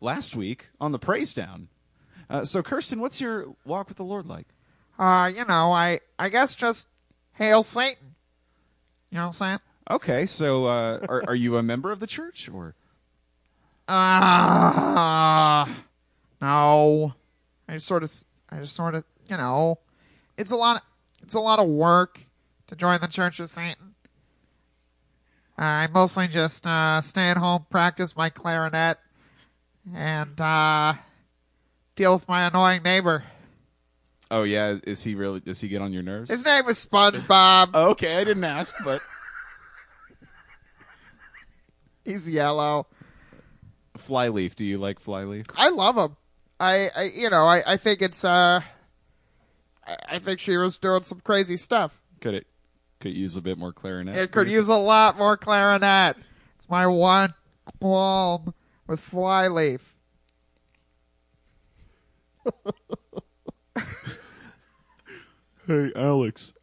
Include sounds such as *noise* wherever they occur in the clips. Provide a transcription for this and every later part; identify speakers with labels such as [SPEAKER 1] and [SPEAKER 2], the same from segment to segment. [SPEAKER 1] last week on the Praise Down. Uh, so, Kirsten, what's your walk with the Lord like?
[SPEAKER 2] Uh, you know, I I guess just hail Satan. You know what I'm saying?
[SPEAKER 1] Okay, so uh, are, are you a member of the church or?
[SPEAKER 2] Ah, no. I just sort of, I just sort of, you know, it's a lot. It's a lot of work to join the Church of Satan. I mostly just uh, stay at home, practice my clarinet, and uh, deal with my annoying neighbor.
[SPEAKER 1] Oh yeah, is he really? Does he get on your nerves?
[SPEAKER 2] His name is SpongeBob.
[SPEAKER 1] okay, I didn't ask, *laughs* but
[SPEAKER 2] He's yellow.
[SPEAKER 1] Flyleaf, do you like Flyleaf?
[SPEAKER 2] I love him. I, I you know, I, I think it's uh, I, I think she was doing some crazy stuff.
[SPEAKER 1] Could it could it use a bit more clarinet?
[SPEAKER 2] It could use a lot more clarinet. It's my one qualm with Flyleaf.
[SPEAKER 3] Hey, Alex.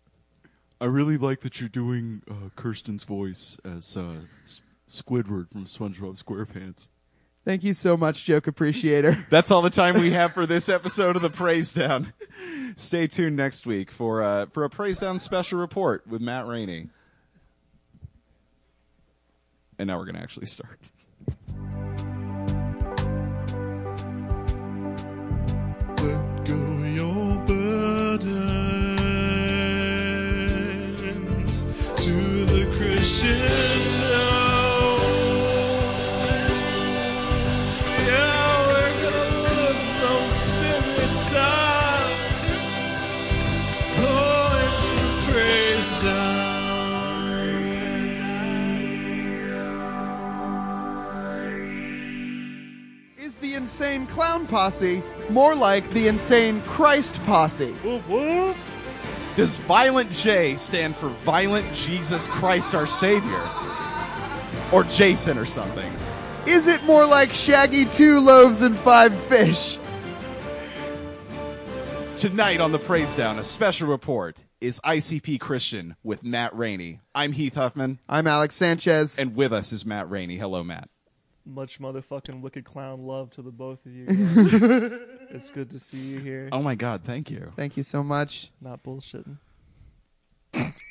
[SPEAKER 3] I really like that you're doing uh, Kirsten's voice as uh, S- Squidward from SpongeBob SquarePants.
[SPEAKER 2] Thank you so much, joke appreciator.
[SPEAKER 1] That's all the time we have for this episode of the Praise Down. Stay tuned next week for uh, for a Praise Down special report with Matt Rainey. And now we're going to actually start.
[SPEAKER 3] Let go your burdens to the Christian. now. Yeah, we're gonna lift those spirits up. Oh, it's the praise down.
[SPEAKER 2] *laughs* Is the insane clown posse more like the insane Christ posse?
[SPEAKER 3] Whoop, whoop.
[SPEAKER 1] Does Violent J stand for Violent Jesus Christ our Savior? Or Jason or something?
[SPEAKER 2] Is it more like Shaggy two loaves and five fish?
[SPEAKER 1] Tonight on the Praise Down, a special report is ICP Christian with Matt Rainey. I'm Heath Huffman,
[SPEAKER 2] I'm Alex Sanchez.
[SPEAKER 1] and with us is Matt Rainey. Hello, Matt.
[SPEAKER 4] Much motherfucking wicked clown love to the both of you. guys. it's good to see you here.
[SPEAKER 1] Oh my God, thank you.
[SPEAKER 2] Thank you so much.
[SPEAKER 4] Not bullshitting.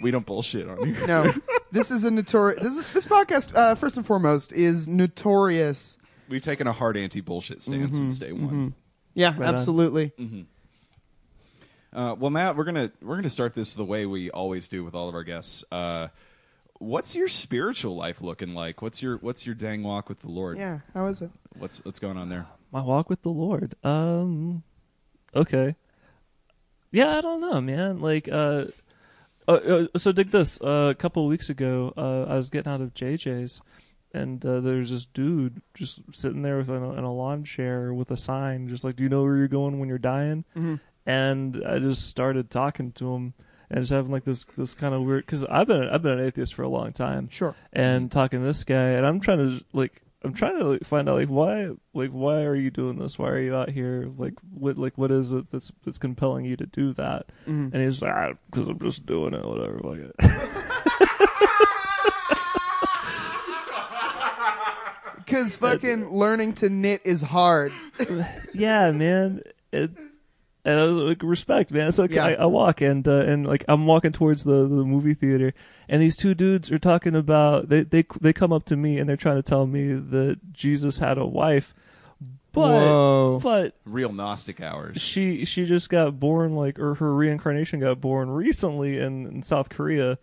[SPEAKER 1] We don't bullshit on you.
[SPEAKER 2] No, this is a notorious. This is, this podcast, uh, first and foremost, is notorious.
[SPEAKER 1] We've taken a hard anti bullshit stance since day one.
[SPEAKER 2] Yeah,
[SPEAKER 4] on. Mm-hmm.
[SPEAKER 2] absolutely.
[SPEAKER 1] Uh, well, Matt, we're gonna we're gonna start this the way we always do with all of our guests. Uh, what's your spiritual life looking like? What's your what's your dang walk with the Lord?
[SPEAKER 2] Yeah, how is it?
[SPEAKER 1] What's what's going on there?
[SPEAKER 4] My walk with the Lord. Um okay. Yeah, I don't know, man. Like uh uh, uh, so dig this. Uh, a couple of weeks ago, uh, I was getting out of JJ's, and uh, there's this dude just sitting there with an, in a lawn chair with a sign, just like, "Do you know where you're going when you're dying?" And I just started talking to him, and just having like this this kind of weird because I've been I've been an atheist for a long time,
[SPEAKER 2] Sure.
[SPEAKER 4] and talking to this guy, and I'm trying to like. I'm trying to like, find out like why like why are you doing this? Why are you out here? Like what like what is it that's that's compelling you to do that? And he's like, ah, because I'm just doing it, whatever. Like,
[SPEAKER 2] Because fucking learning to knit is hard.
[SPEAKER 4] yeah, man. It, and I was like, respect, man. It's okay.
[SPEAKER 2] Yeah.
[SPEAKER 4] I, I walk and uh, and like I'm walking towards the, the movie theater, and these two dudes are talking about they they they come up to me and they're trying to tell me that Jesus had a wife, but
[SPEAKER 2] Whoa.
[SPEAKER 4] but
[SPEAKER 1] Real Gnostic hours.
[SPEAKER 4] she she just got born like or her reincarnation got born recently in, in South Korea,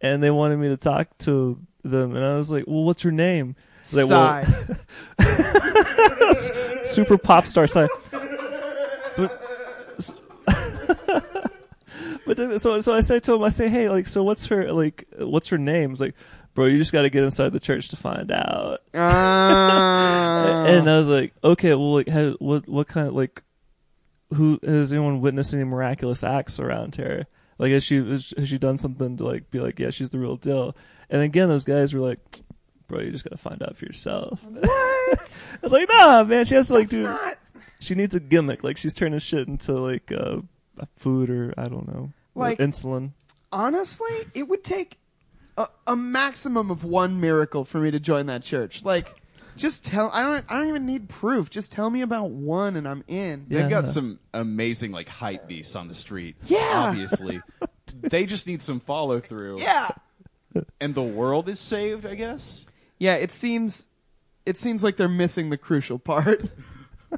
[SPEAKER 4] and they wanted me to talk to them, and I was like, well, what's your name? They're like, well,
[SPEAKER 2] Sigh.
[SPEAKER 4] super pop star side. But, but then- so so I say to him, I say, hey, like, so what's her like, what's her name? He's like, bro, you just got to get inside the church to find out.
[SPEAKER 2] Ah.
[SPEAKER 4] *laughs* and I was like, okay, well, like, has, what what kind of like, who has anyone witnessed any miraculous acts around her? Like, has she has has she done something to like be like, yeah, she's the real deal? And again, those guys were like. Bro, you just gotta find out for yourself. What? *laughs* I was like, nah, man. She has to like do. She needs a gimmick. Like she's turning shit into like uh, food or I don't know, or
[SPEAKER 2] Like-
[SPEAKER 4] insulin.
[SPEAKER 2] honestly, it would take a, a maximum of one miracle for me to join that church. Like, Just tell. I don't. I don't even need proof. Just tell me about one, and I'm in.
[SPEAKER 4] Yeah.
[SPEAKER 1] They've got some amazing like hype beasts on the street.
[SPEAKER 2] Yeah. *laughs*
[SPEAKER 1] obviously. they just need some follow through.
[SPEAKER 2] Yeah.
[SPEAKER 1] and the world is saved. I guess.
[SPEAKER 2] Yeah. It seems. It seems like they're missing the crucial part. *laughs*
[SPEAKER 4] I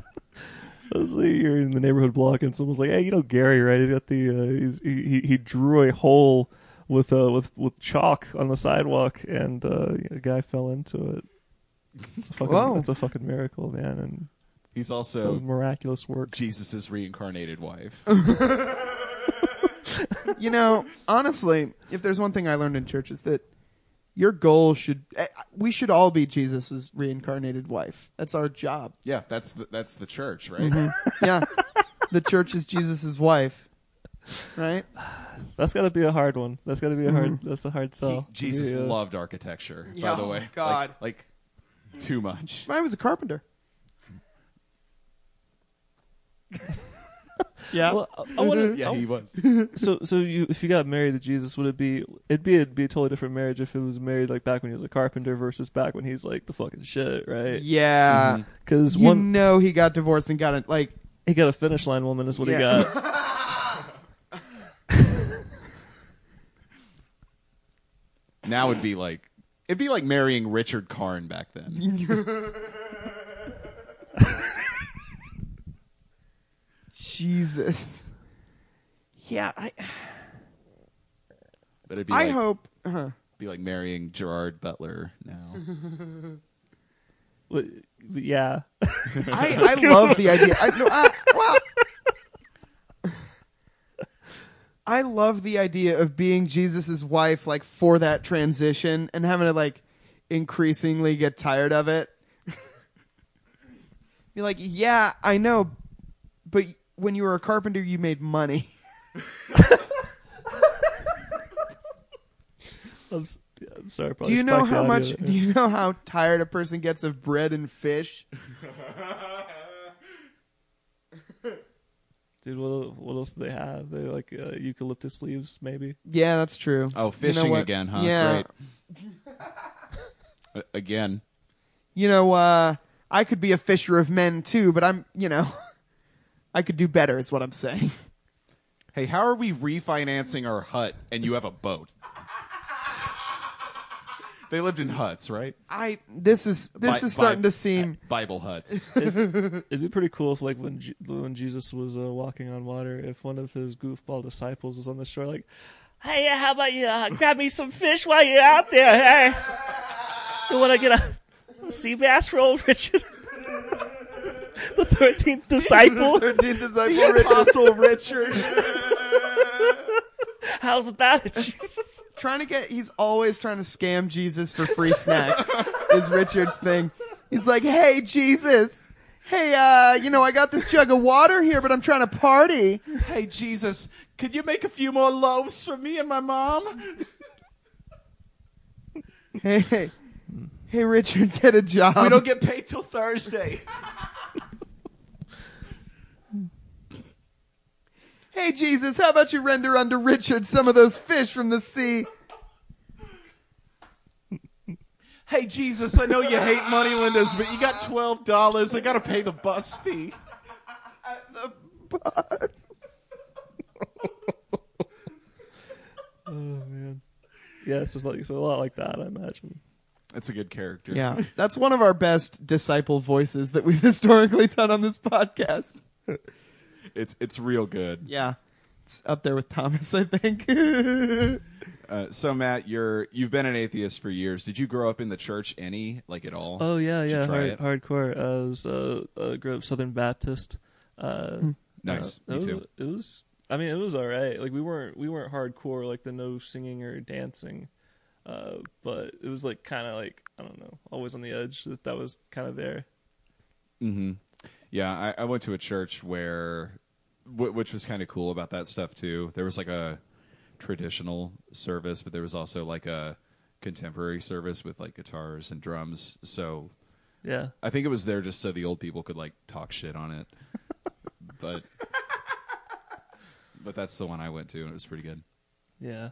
[SPEAKER 4] was like, you're in the neighborhood block, and someone's like, "Hey, you know Gary, right? He's got the uh, he's, he he- he drew a hole with uh with with chalk on the sidewalk, and uh, a guy fell into it. It's a
[SPEAKER 2] Whoa.
[SPEAKER 4] fucking it's a fucking miracle, man, and
[SPEAKER 1] He's
[SPEAKER 4] it's a
[SPEAKER 1] also
[SPEAKER 4] miraculous work.
[SPEAKER 1] Jesus's reincarnated
[SPEAKER 2] *laughs*
[SPEAKER 1] wife.
[SPEAKER 2] you know, honestly, if there's one thing I learned in church is that your goal should eh, we should all be Jesus' reincarnated wife. That's our
[SPEAKER 4] *laughs*
[SPEAKER 2] job.
[SPEAKER 1] yeah, that's the, that's the church, right?
[SPEAKER 2] Mm-hmm. Yeah. the church is Jesus' wife. Right?
[SPEAKER 4] That's got to be a hard one. That's got to be a hard.
[SPEAKER 2] Mm-hmm.
[SPEAKER 4] That's a hard
[SPEAKER 1] He-
[SPEAKER 4] sell.
[SPEAKER 1] Jesus
[SPEAKER 4] Yeah.
[SPEAKER 1] loved architecture.
[SPEAKER 2] Yeah,
[SPEAKER 1] by the
[SPEAKER 2] oh
[SPEAKER 1] way,
[SPEAKER 2] my God.
[SPEAKER 1] like, like too much.
[SPEAKER 2] I was a carpenter.
[SPEAKER 5] Yeah.
[SPEAKER 4] Well, I, I wanna,
[SPEAKER 1] Yeah,
[SPEAKER 4] I-
[SPEAKER 1] he was.
[SPEAKER 4] so so you if you got married to Jesus, would it be it'd be it'd be a totally different marriage if it was married like back when he was a carpenter versus back when he's like the fucking shit, right?
[SPEAKER 2] Yeah.
[SPEAKER 4] Because
[SPEAKER 2] Mm-hmm. You
[SPEAKER 4] one
[SPEAKER 2] know he got divorced and got it like
[SPEAKER 4] he got a finish line woman is what he
[SPEAKER 2] Yeah. *laughs*
[SPEAKER 4] got.
[SPEAKER 1] *laughs* Now it'd be like it'd be like marrying Richard Karn back then.
[SPEAKER 2] *laughs* Jesus. Yeah, I
[SPEAKER 1] But it'd be
[SPEAKER 2] I
[SPEAKER 1] like,
[SPEAKER 2] hope uh,
[SPEAKER 1] be like marrying Gerard Butler
[SPEAKER 2] *laughs*
[SPEAKER 1] now.
[SPEAKER 4] But- but yeah, *laughs*
[SPEAKER 1] *laughs*
[SPEAKER 2] I, I love the idea. I, no, I, well, I love the idea of being Jesus's wife, like for that transition, and having to like increasingly get tired of it. *laughs* Be like, yeah, I know, but when you were a carpenter, you made money. *laughs*
[SPEAKER 4] I'm, s- I'm sorry. I
[SPEAKER 2] Do
[SPEAKER 4] probably
[SPEAKER 2] you know
[SPEAKER 4] spiked the
[SPEAKER 2] how
[SPEAKER 4] audio
[SPEAKER 2] much?
[SPEAKER 4] there.
[SPEAKER 2] Do you know how tired a person gets of bread and fish?
[SPEAKER 4] dude? What what else do they have? They like uh, eucalyptus leaves, maybe.
[SPEAKER 2] Yeah, that's true.
[SPEAKER 1] Oh, fishing
[SPEAKER 2] what?
[SPEAKER 1] again, huh?
[SPEAKER 2] Yeah.
[SPEAKER 1] Great.
[SPEAKER 2] *laughs*
[SPEAKER 1] A- again.
[SPEAKER 2] you know, uh, I could be a fisher of men too, but I'm, you know, *laughs* I could do better, is what I'm saying.
[SPEAKER 1] Hey, how are we refinancing our hut and you have a
[SPEAKER 2] *laughs*
[SPEAKER 1] boat? they lived in huts, right?
[SPEAKER 2] I this is this
[SPEAKER 1] Bi-
[SPEAKER 2] is starting
[SPEAKER 1] bi-
[SPEAKER 2] to seem
[SPEAKER 1] Bible *laughs* huts.
[SPEAKER 4] It'd be pretty cool if like when Je- when Jesus was uh, walking on water, if one of his goofball disciples was on the shore, like, hey, uh, how about you uh, grab me some fish while you're out there? Hey, you want to get a, a sea bass for old Richard? *laughs* the
[SPEAKER 2] *laughs*
[SPEAKER 4] thirteenth disciple.
[SPEAKER 2] thirteenth disciple Apostle Richard
[SPEAKER 4] How's about it, Jesus?
[SPEAKER 2] *laughs* trying to get. He's always trying to scam Jesus for free snacks. *laughs* is Richard's thing. He's like, hey Jesus. Hey, uh, you know, I got this jug of water here, but I'm trying to party.
[SPEAKER 1] hey, Jesus, could you make a few more loaves for me and my *laughs* mom?
[SPEAKER 2] Hey, hey, hey, Richard, get a job.
[SPEAKER 1] We don't get paid till Thursday.
[SPEAKER 2] Hey Jesus, how about you render unto Richard some of those fish from the sea?
[SPEAKER 1] Hey, Jesus, I know you hate money lenders, but you got $12. I got to pay the bus fee.
[SPEAKER 4] Oh man. Yeah, it's just like it's a lot like that, I imagine.
[SPEAKER 1] That's a good character.
[SPEAKER 2] Yeah, that's one of our best disciple voices that we've *laughs* historically done on this podcast.
[SPEAKER 1] *laughs* It's, it's real good.
[SPEAKER 2] Yeah, it's up there with Thomas, I think. *laughs* yeah,
[SPEAKER 1] Uh, so Matt, you're you've been an atheist for years. Did you grow up in the church any like at all?
[SPEAKER 4] Oh yeah,
[SPEAKER 1] Should
[SPEAKER 4] yeah,
[SPEAKER 1] try it.
[SPEAKER 4] hard, hardcore. Uh, I was uh, uh, grew up Southern Baptist. Uh,
[SPEAKER 1] Nice.
[SPEAKER 4] uh,
[SPEAKER 1] Me
[SPEAKER 4] it was-
[SPEAKER 1] too.
[SPEAKER 4] It was. I mean, it was all right. Like we weren't we weren't hardcore like the no singing or dancing, uh, but it was like kind of like I don't know, always on the edge. That that was kind of there.
[SPEAKER 1] Yeah, I, I went to a church where, w- which was kind of cool about that stuff too. There was like a traditional service, but there was also like a contemporary service with like guitars and drums. So
[SPEAKER 4] Yeah,
[SPEAKER 1] I think it was there just so the old people could like talk shit on it. but but that's the one I went to, and it was pretty good.
[SPEAKER 4] yeah.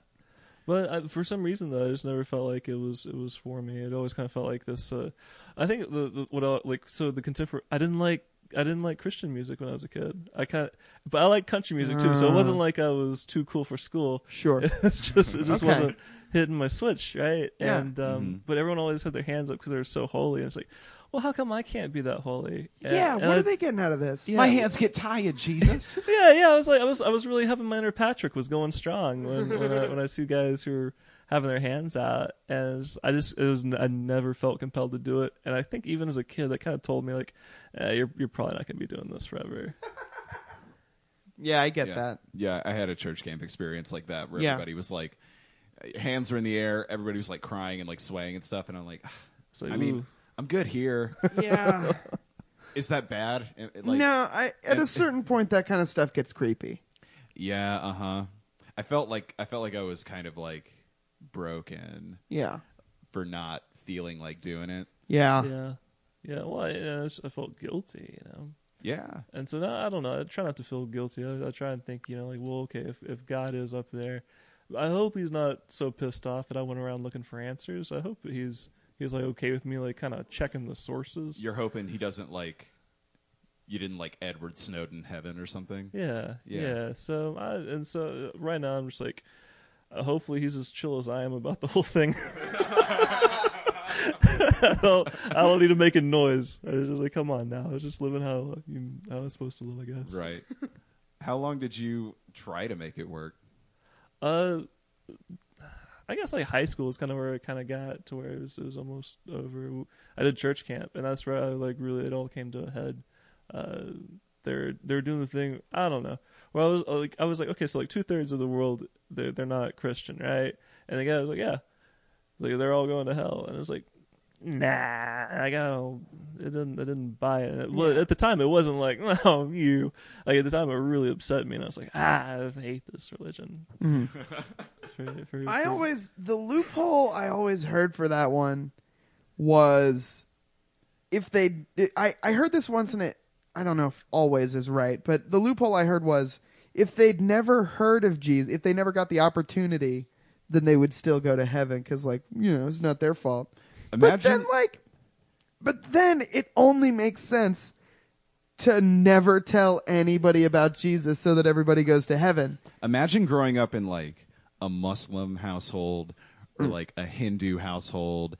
[SPEAKER 4] But I, for some reason, though, I just never felt like it was it was for me. It always kind of felt like this. Uh, I think the, the what I, like so the contemporary. I didn't like I didn't like Christian music when I was a kid. I kind of, but I like country music too. So it wasn't like I was too cool for school.
[SPEAKER 2] Ah. Sure.
[SPEAKER 4] *laughs* it's just it just
[SPEAKER 2] Okay.
[SPEAKER 4] wasn't hitting my switch right.
[SPEAKER 2] Yeah.
[SPEAKER 4] And um, but everyone always had their hands up because they were so holy. And it's like, well, how come I can't be that holy? And-
[SPEAKER 2] yeah,
[SPEAKER 4] and
[SPEAKER 2] what
[SPEAKER 4] I-
[SPEAKER 2] are they getting out of this?
[SPEAKER 1] My hands get tired, Jesus.
[SPEAKER 4] yeah, yeah. I was like, I was, I was really having my inner Patrick was going strong when when, I, when I see guys who are having their hands out, and it's- I just it was I never felt compelled to do it, and I think even as a kid that kind of told me like, eh, you're you're probably not gonna be doing this forever.
[SPEAKER 2] Yeah, I get
[SPEAKER 1] yeah.
[SPEAKER 2] that.
[SPEAKER 1] Yeah, I had a church camp experience like that where
[SPEAKER 2] Yeah.
[SPEAKER 1] everybody was like, hands were in the air, everybody was like crying and like swaying and stuff, and I'm like,
[SPEAKER 4] It's like,
[SPEAKER 1] I mean,
[SPEAKER 4] ooh.
[SPEAKER 1] I'm good here.
[SPEAKER 2] *laughs* Yeah.
[SPEAKER 1] *laughs* Is that bad? It- it, like-
[SPEAKER 2] no, I, at a certain point, that kind of stuff gets creepy.
[SPEAKER 1] Yeah. Uh huh. I felt like I felt like I was kind of like broken
[SPEAKER 2] Yeah.
[SPEAKER 1] for not feeling like doing it.
[SPEAKER 2] Yeah.
[SPEAKER 4] yeah, yeah. Well, I, I, just- I felt guilty, you know.
[SPEAKER 1] Yeah.
[SPEAKER 4] And so now I don't know. I try not to feel guilty. I, I try and think, you know, like, well, okay, if if God is up there, I hope he's not so pissed off that I went around looking for answers. I hope he's he's like okay with me, like kind of checking the sources.
[SPEAKER 1] You're hoping he doesn't like you didn't like Edward Snowden heaven or something.
[SPEAKER 4] yeah,
[SPEAKER 1] Yeah.
[SPEAKER 4] yeah, So I and so uh, right now I'm just like, uh, hopefully he's as chill as I am about the whole thing. *laughs* I don't, I don't need to make a noise. I was just like, come on now. I was just living how you, how I was supposed to live, I
[SPEAKER 2] *laughs*
[SPEAKER 4] guess.
[SPEAKER 1] Right. How long did you try to make it work?
[SPEAKER 4] Uh, I guess like high school is kind of where it kind of got to where it was, it was almost over. I did church camp, and that's where I like really it all came to a head. Uh, they're they're doing the thing. I don't know. Well, I was uh, like, I was like, okay, so like two thirds of the world they're they're not Christian, right? And the guy was like, yeah, like they're all going to hell, and it's like. Nah, I got all- it. Didn't I didn't buy it. it well, At the time, it wasn't like *laughs* no you. Like at the time, it really upset me, and I was like, ah, I hate this religion. For- for-
[SPEAKER 2] I
[SPEAKER 4] for-
[SPEAKER 2] always the loophole I always heard for that one was if they I I heard this once and it I don't know if always is right, but the loophole I heard was if they'd never heard of Jesus, if they never got the opportunity, then they would still go to heaven cuz like, you know, it's not their fault. But
[SPEAKER 1] Imagine-
[SPEAKER 2] then like but then it only makes sense to never tell anybody about Jesus so that everybody goes to heaven.
[SPEAKER 1] Imagine growing up in like a Muslim household or
[SPEAKER 2] Hmm.
[SPEAKER 1] like a Hindu household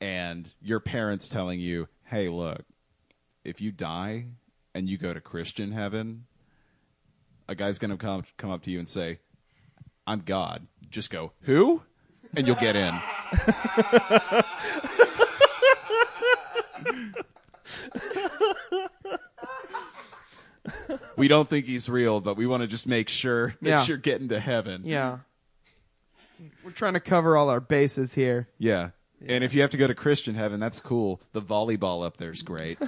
[SPEAKER 1] and your parents telling you, "Hey, look, if you die and you go to Christian heaven, a guy's going to come come up to you and say, "I'm God." Just go, "Who?" and you'll get in. We don't think he's real, but we want to just make sure that
[SPEAKER 2] Yeah.
[SPEAKER 1] you're getting to heaven.
[SPEAKER 2] Yeah. We're trying to cover all our bases here.
[SPEAKER 1] Yeah. And if you have to go to Christian heaven, that's cool. The volleyball up there's great.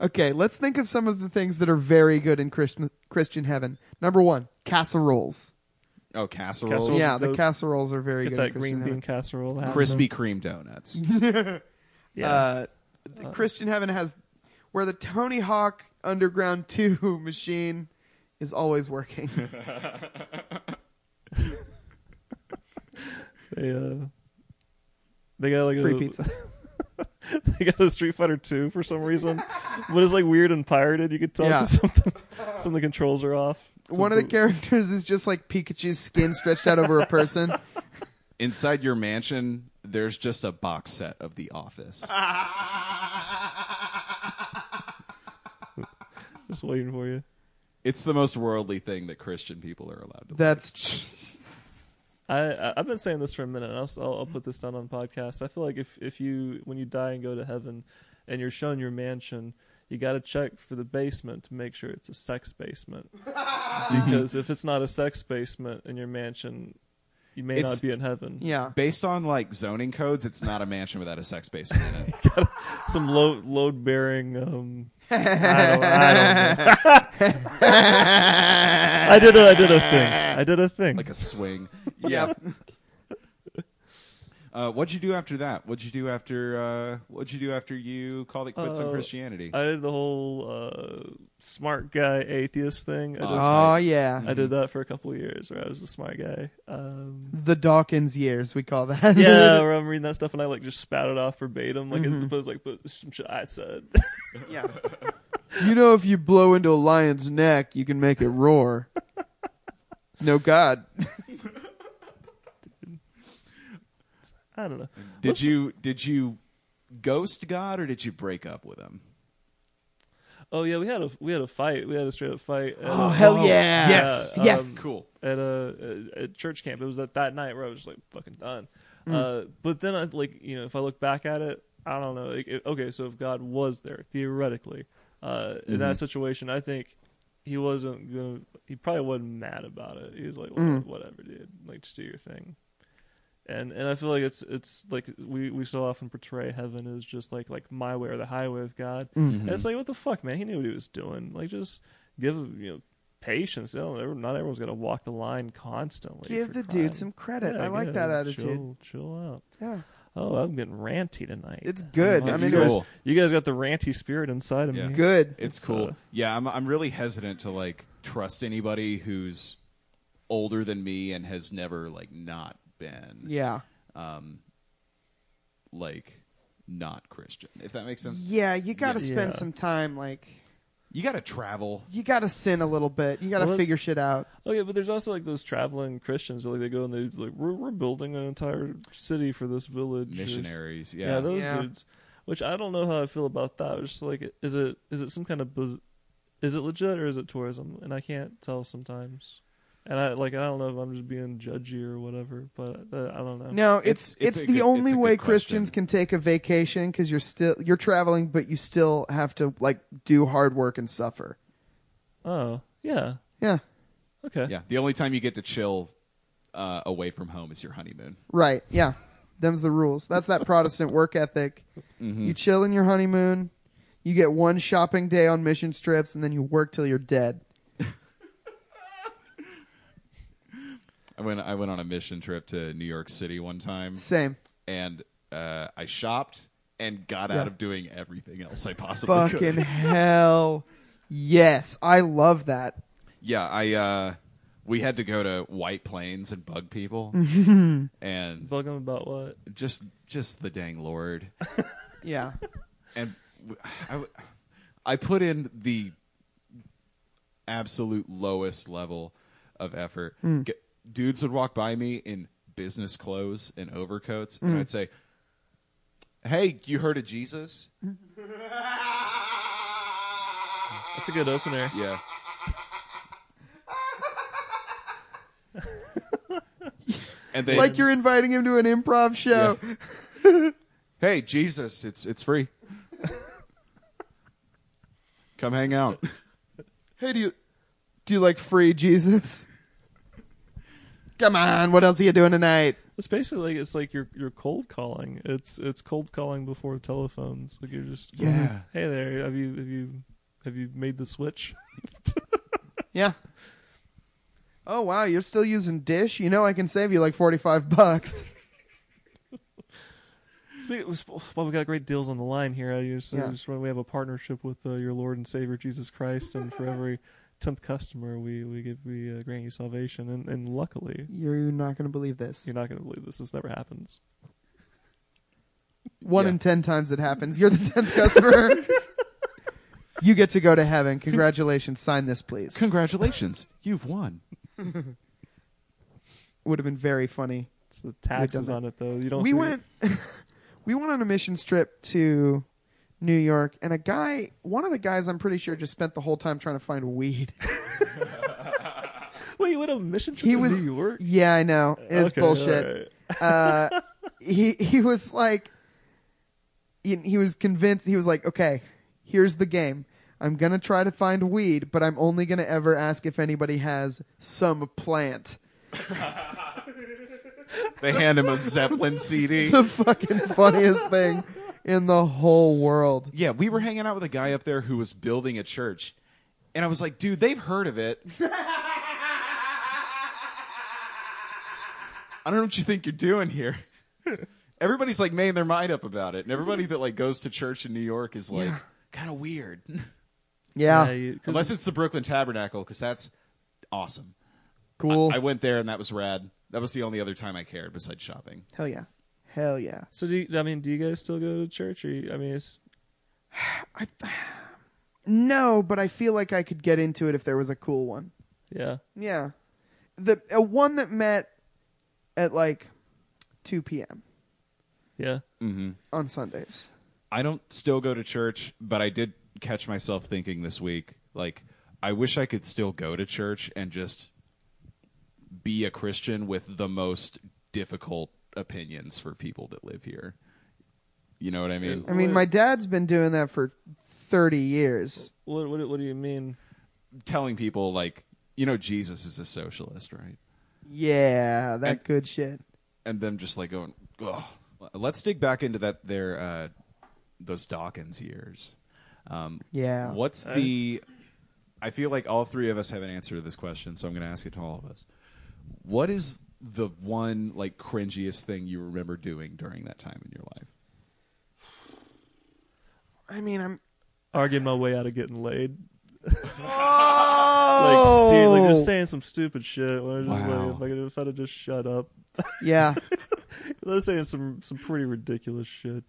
[SPEAKER 2] Okay, let's think of some of the things that are very good in Christian Christian heaven. Number one, casseroles.
[SPEAKER 1] Oh, casseroles.
[SPEAKER 4] Casserole. Those
[SPEAKER 2] yeah,
[SPEAKER 4] are
[SPEAKER 2] the
[SPEAKER 4] dope.
[SPEAKER 2] casseroles are very
[SPEAKER 4] get
[SPEAKER 2] good. in
[SPEAKER 4] that
[SPEAKER 2] Christian
[SPEAKER 4] green bean
[SPEAKER 2] heaven.
[SPEAKER 4] casserole, out of
[SPEAKER 1] Krispy Kreme
[SPEAKER 4] *laughs* them.
[SPEAKER 1] donuts.
[SPEAKER 4] Yeah,
[SPEAKER 2] Uh, the Christian heaven has where the Tony Hawk Underground *laughs* Two machine is always
[SPEAKER 4] *laughs*
[SPEAKER 2] working.
[SPEAKER 4] they uh, they got like
[SPEAKER 2] Free
[SPEAKER 4] a,
[SPEAKER 2] pizza.
[SPEAKER 4] *laughs* they got a Street Fighter Two for some reason, but it's like weird and pirated. You could tell 'cause *laughs* something some of the controls are off.
[SPEAKER 2] *laughs* One of the characters is just like Pikachu's skin stretched out over a
[SPEAKER 4] *laughs*
[SPEAKER 2] person.
[SPEAKER 1] Inside your mansion, there's just a box set of The Office.
[SPEAKER 2] Ah.
[SPEAKER 4] just waiting for you.
[SPEAKER 1] It's the most worldly thing that Christian people are allowed to.
[SPEAKER 2] That's *laughs*
[SPEAKER 4] I, I I've been saying this for a minute. and I'll, s- I'll I'll put this down on podcast. I feel like if if you when you die and go to heaven, and you're shown your mansion, you got to check for the basement to make sure it's a sex basement.
[SPEAKER 2] *laughs*
[SPEAKER 4] because if it's not a sex basement in your mansion, you may
[SPEAKER 1] It's-
[SPEAKER 4] not be in heaven.
[SPEAKER 2] yeah.
[SPEAKER 1] Based on like zoning codes, it's not a mansion without a sex basement in
[SPEAKER 2] *laughs*
[SPEAKER 1] it.
[SPEAKER 4] Some load load bearing. Um, *laughs* I don't, I don't know. I did a I did a thing. I did a thing.
[SPEAKER 1] Like a swing. Yeah. *laughs* Uh, what'd you do after that? What'd you do after? Uh, what'd you do after you called it quits on
[SPEAKER 4] Uh,
[SPEAKER 1] Christianity?
[SPEAKER 4] I did the whole uh, smart guy atheist thing. I did,
[SPEAKER 2] Oh yeah,
[SPEAKER 4] I did that for a couple of years where I was the smart guy. *laughs* Um,
[SPEAKER 2] the Dawkins years we call that. *laughs*
[SPEAKER 4] yeah, where I'm reading that stuff and I like just spat it off verbatim, like it was like but some shit I said. *laughs*
[SPEAKER 2] yeah. *laughs* You know, if you blow into a lion's neck, you can make it roar. No God.
[SPEAKER 4] I don't know.
[SPEAKER 1] did you did you ghost God or did you break up with him?
[SPEAKER 4] Oh yeah, we had a we had a fight. We had a straight up fight. At,
[SPEAKER 2] Oh
[SPEAKER 4] uh,
[SPEAKER 2] hell yeah!
[SPEAKER 4] Yes. Yeah,
[SPEAKER 2] yes.
[SPEAKER 4] um,
[SPEAKER 1] Cool.
[SPEAKER 4] at a at church camp. It was at that night where I was just like fucking done. Uh, but then I like you know if I look back at it, I don't know. Like, it, okay, so if God was there theoretically uh, in that situation, I think he wasn't gonna. He probably wasn't mad about it. He was like, well,
[SPEAKER 2] Mm-hmm.
[SPEAKER 4] whatever, dude. Like just do your thing. And and I feel like it's it's like we, we so often portray heaven as just like like my way or the highway with God.
[SPEAKER 2] Mm-hmm.
[SPEAKER 1] Mm-hmm.
[SPEAKER 4] And it's like what the fuck, man? He knew what he was doing. Like just give you know patience. You know, every- not everyone's gonna walk the line
[SPEAKER 2] *laughs*
[SPEAKER 4] constantly.
[SPEAKER 2] Give
[SPEAKER 4] for
[SPEAKER 2] the
[SPEAKER 4] crying.
[SPEAKER 2] dude some credit.
[SPEAKER 4] Yeah,
[SPEAKER 2] I like
[SPEAKER 4] yeah,
[SPEAKER 2] that attitude.
[SPEAKER 4] Chill, chill out.
[SPEAKER 2] Yeah,
[SPEAKER 4] Oh, I'm getting ranty tonight.
[SPEAKER 2] it's good.
[SPEAKER 1] It's
[SPEAKER 2] I mean,
[SPEAKER 1] cool.
[SPEAKER 2] it was
[SPEAKER 4] You guys got the ranty spirit inside of
[SPEAKER 1] Yeah.
[SPEAKER 4] me.
[SPEAKER 2] good.
[SPEAKER 1] It's,
[SPEAKER 4] It's,
[SPEAKER 1] cool.
[SPEAKER 4] uh,
[SPEAKER 1] yeah, I'm I'm really hesitant to like trust anybody who's older than me and has never like not been
[SPEAKER 2] Yeah.
[SPEAKER 1] like not Christian. If that makes sense.
[SPEAKER 2] Yeah, you got to
[SPEAKER 4] Yeah.
[SPEAKER 2] spend some time. Like,
[SPEAKER 1] You got to travel.
[SPEAKER 2] you got to sin a little bit. You got to
[SPEAKER 4] Well, it's-
[SPEAKER 2] figure shit out.
[SPEAKER 4] Oh yeah, but there's also like those traveling Christians. Like they go and they like we're, we're building an entire city for this village.
[SPEAKER 1] Missionaries.
[SPEAKER 4] Yeah,
[SPEAKER 1] Yeah.
[SPEAKER 4] those
[SPEAKER 2] Yeah.
[SPEAKER 4] dudes. Which I don't know how I feel about that. It's just like is it is it some kind of bus- is it legit or is it tourism? And I can't tell sometimes. And I like I don't know if I'm just being judgy or whatever, but uh, I don't know.
[SPEAKER 2] No, it's
[SPEAKER 1] it's
[SPEAKER 2] it's,
[SPEAKER 1] a
[SPEAKER 2] the
[SPEAKER 1] good-
[SPEAKER 2] only
[SPEAKER 1] it's a
[SPEAKER 2] way
[SPEAKER 1] good
[SPEAKER 2] Christians
[SPEAKER 1] question.
[SPEAKER 2] can take a vacation because you're still you're traveling, but you still have to like do hard work and suffer.
[SPEAKER 4] Oh yeah.
[SPEAKER 2] Yeah,
[SPEAKER 4] Okay.
[SPEAKER 1] Yeah. The only time you get to chill uh, away from home is your honeymoon.
[SPEAKER 2] right. Yeah, them's the rules. That's that Protestant work ethic. You chill in your honeymoon. You get one shopping day on mission trips, and then you work till you're dead.
[SPEAKER 1] I went I went on a mission trip to New York City one time
[SPEAKER 2] Same.
[SPEAKER 1] and uh, I shopped and got
[SPEAKER 2] Yeah.
[SPEAKER 1] out of doing everything else I possibly could.
[SPEAKER 2] *laughs* Fucking hell. Yes, I love that.
[SPEAKER 1] yeah, I uh, we had to go to White Plains and bug people, and
[SPEAKER 4] Bug 'em about what?
[SPEAKER 1] just just the dang lord.
[SPEAKER 2] Yeah.
[SPEAKER 1] And w- I, I put in the absolute lowest level of effort. G- dudes would walk by me in business clothes and overcoats, and I'd say, "Hey, you heard of Jesus?"
[SPEAKER 4] That's a good opener.
[SPEAKER 1] Yeah. and they
[SPEAKER 2] Like you're inviting him to an improv show.
[SPEAKER 1] Hey, Jesus, it's it's free. Come hang out.
[SPEAKER 2] Hey, do you do you like free Jesus? Come on, what else are you doing tonight?
[SPEAKER 4] It's basically like it's like you're you're cold calling. It's it's cold calling before telephones. Like you're just "Mm-hmm.
[SPEAKER 1] Yeah.
[SPEAKER 4] Hey there, have you have you have you made the *laughs* switch?
[SPEAKER 2] Yeah. Oh wow, you're still using Dish. You know I can save you like forty five bucks.
[SPEAKER 4] Speaking of, well, we got great deals on the line here. I just,
[SPEAKER 2] Yeah.
[SPEAKER 4] I just we have a partnership with uh, your Lord and Savior Jesus Christ, and for every tenth customer, we we give we uh, grant you salvation. And, and luckily,
[SPEAKER 2] You're not going to believe this.
[SPEAKER 4] you're not going to believe this. This never happens.
[SPEAKER 2] One
[SPEAKER 1] Yeah.
[SPEAKER 2] in ten times it happens. You're the tenth customer.
[SPEAKER 4] *laughs*
[SPEAKER 2] you get to go to heaven. Congratulations. Sign this, please.
[SPEAKER 1] Congratulations, you've won.
[SPEAKER 2] Would have been very funny.
[SPEAKER 4] It's the taxes
[SPEAKER 2] done
[SPEAKER 4] on it though. You don't.
[SPEAKER 2] we
[SPEAKER 4] see-
[SPEAKER 2] went *laughs* we went on a mission trip to New York and a guy one of the guys I'm pretty sure just spent the whole time trying to find weed.
[SPEAKER 4] Wait, you went on a mission trip
[SPEAKER 2] He
[SPEAKER 4] to
[SPEAKER 2] was
[SPEAKER 4] New York.
[SPEAKER 2] Yeah, I know. It's
[SPEAKER 4] Okay,
[SPEAKER 2] bullshit. Uh he he was like he, he was convinced he was like, "Okay, here's the game. I'm going to try to find weed, but I'm only going to ever ask if anybody has some plant."
[SPEAKER 1] They hand him a Zeppelin CD.
[SPEAKER 2] The
[SPEAKER 4] *laughs*
[SPEAKER 2] fucking funniest thing in the whole world.
[SPEAKER 1] Yeah, we were hanging out with a guy up there who was building a church, and I was like, "Dude, they've heard of it." I don't know what you think you're doing here. everybody's like making their mind up about it, and everybody that like goes to church in New York is like
[SPEAKER 2] Yeah.
[SPEAKER 1] kind of weird,
[SPEAKER 2] Yeah,
[SPEAKER 4] you- 'cause-
[SPEAKER 1] unless it's the Brooklyn Tabernacle because that's awesome.
[SPEAKER 2] cool.
[SPEAKER 1] I went there and that was rad. That was the only other time I cared besides shopping.
[SPEAKER 2] Hell yeah, hell yeah.
[SPEAKER 4] so do you, I mean? Do you guys still go to church? Or you, I mean, it's
[SPEAKER 2] No, but I feel like I could get into it if there was a cool one.
[SPEAKER 4] yeah.
[SPEAKER 2] Yeah, the a one that met at like two p.m.
[SPEAKER 4] Yeah.
[SPEAKER 1] Mm-hmm.
[SPEAKER 2] on Sundays.
[SPEAKER 1] I don't still go to church, but I did catch myself thinking this week, like, I wish I could still go to church and just be a Christian with the most difficult opinions for people that live here. You know what I mean?
[SPEAKER 2] I mean,
[SPEAKER 4] What-
[SPEAKER 2] my dad's been doing that for thirty years.
[SPEAKER 4] What what what do you mean?
[SPEAKER 1] Telling people, like, you know, Jesus is a socialist, right?
[SPEAKER 2] Yeah, that
[SPEAKER 1] And-
[SPEAKER 2] good shit.
[SPEAKER 1] And them just like going, Ugh. let's dig back into that, their, uh, those Dawkins years. Um,
[SPEAKER 2] Yeah.
[SPEAKER 1] What's the? I feel like all three of us have an answer to this question, so I'm going to ask it to all of us. What is the one like cringiest thing you remember doing during that time in your life?
[SPEAKER 2] I mean, I'm.
[SPEAKER 4] Arguing my way out of getting laid. *laughs* Like,
[SPEAKER 2] Oh,
[SPEAKER 4] dude, like just saying some stupid shit. When I was just
[SPEAKER 1] Wow.
[SPEAKER 4] like, if I could, if I'd have just shut up.
[SPEAKER 2] yeah.
[SPEAKER 4] I was saying some some pretty ridiculous shit.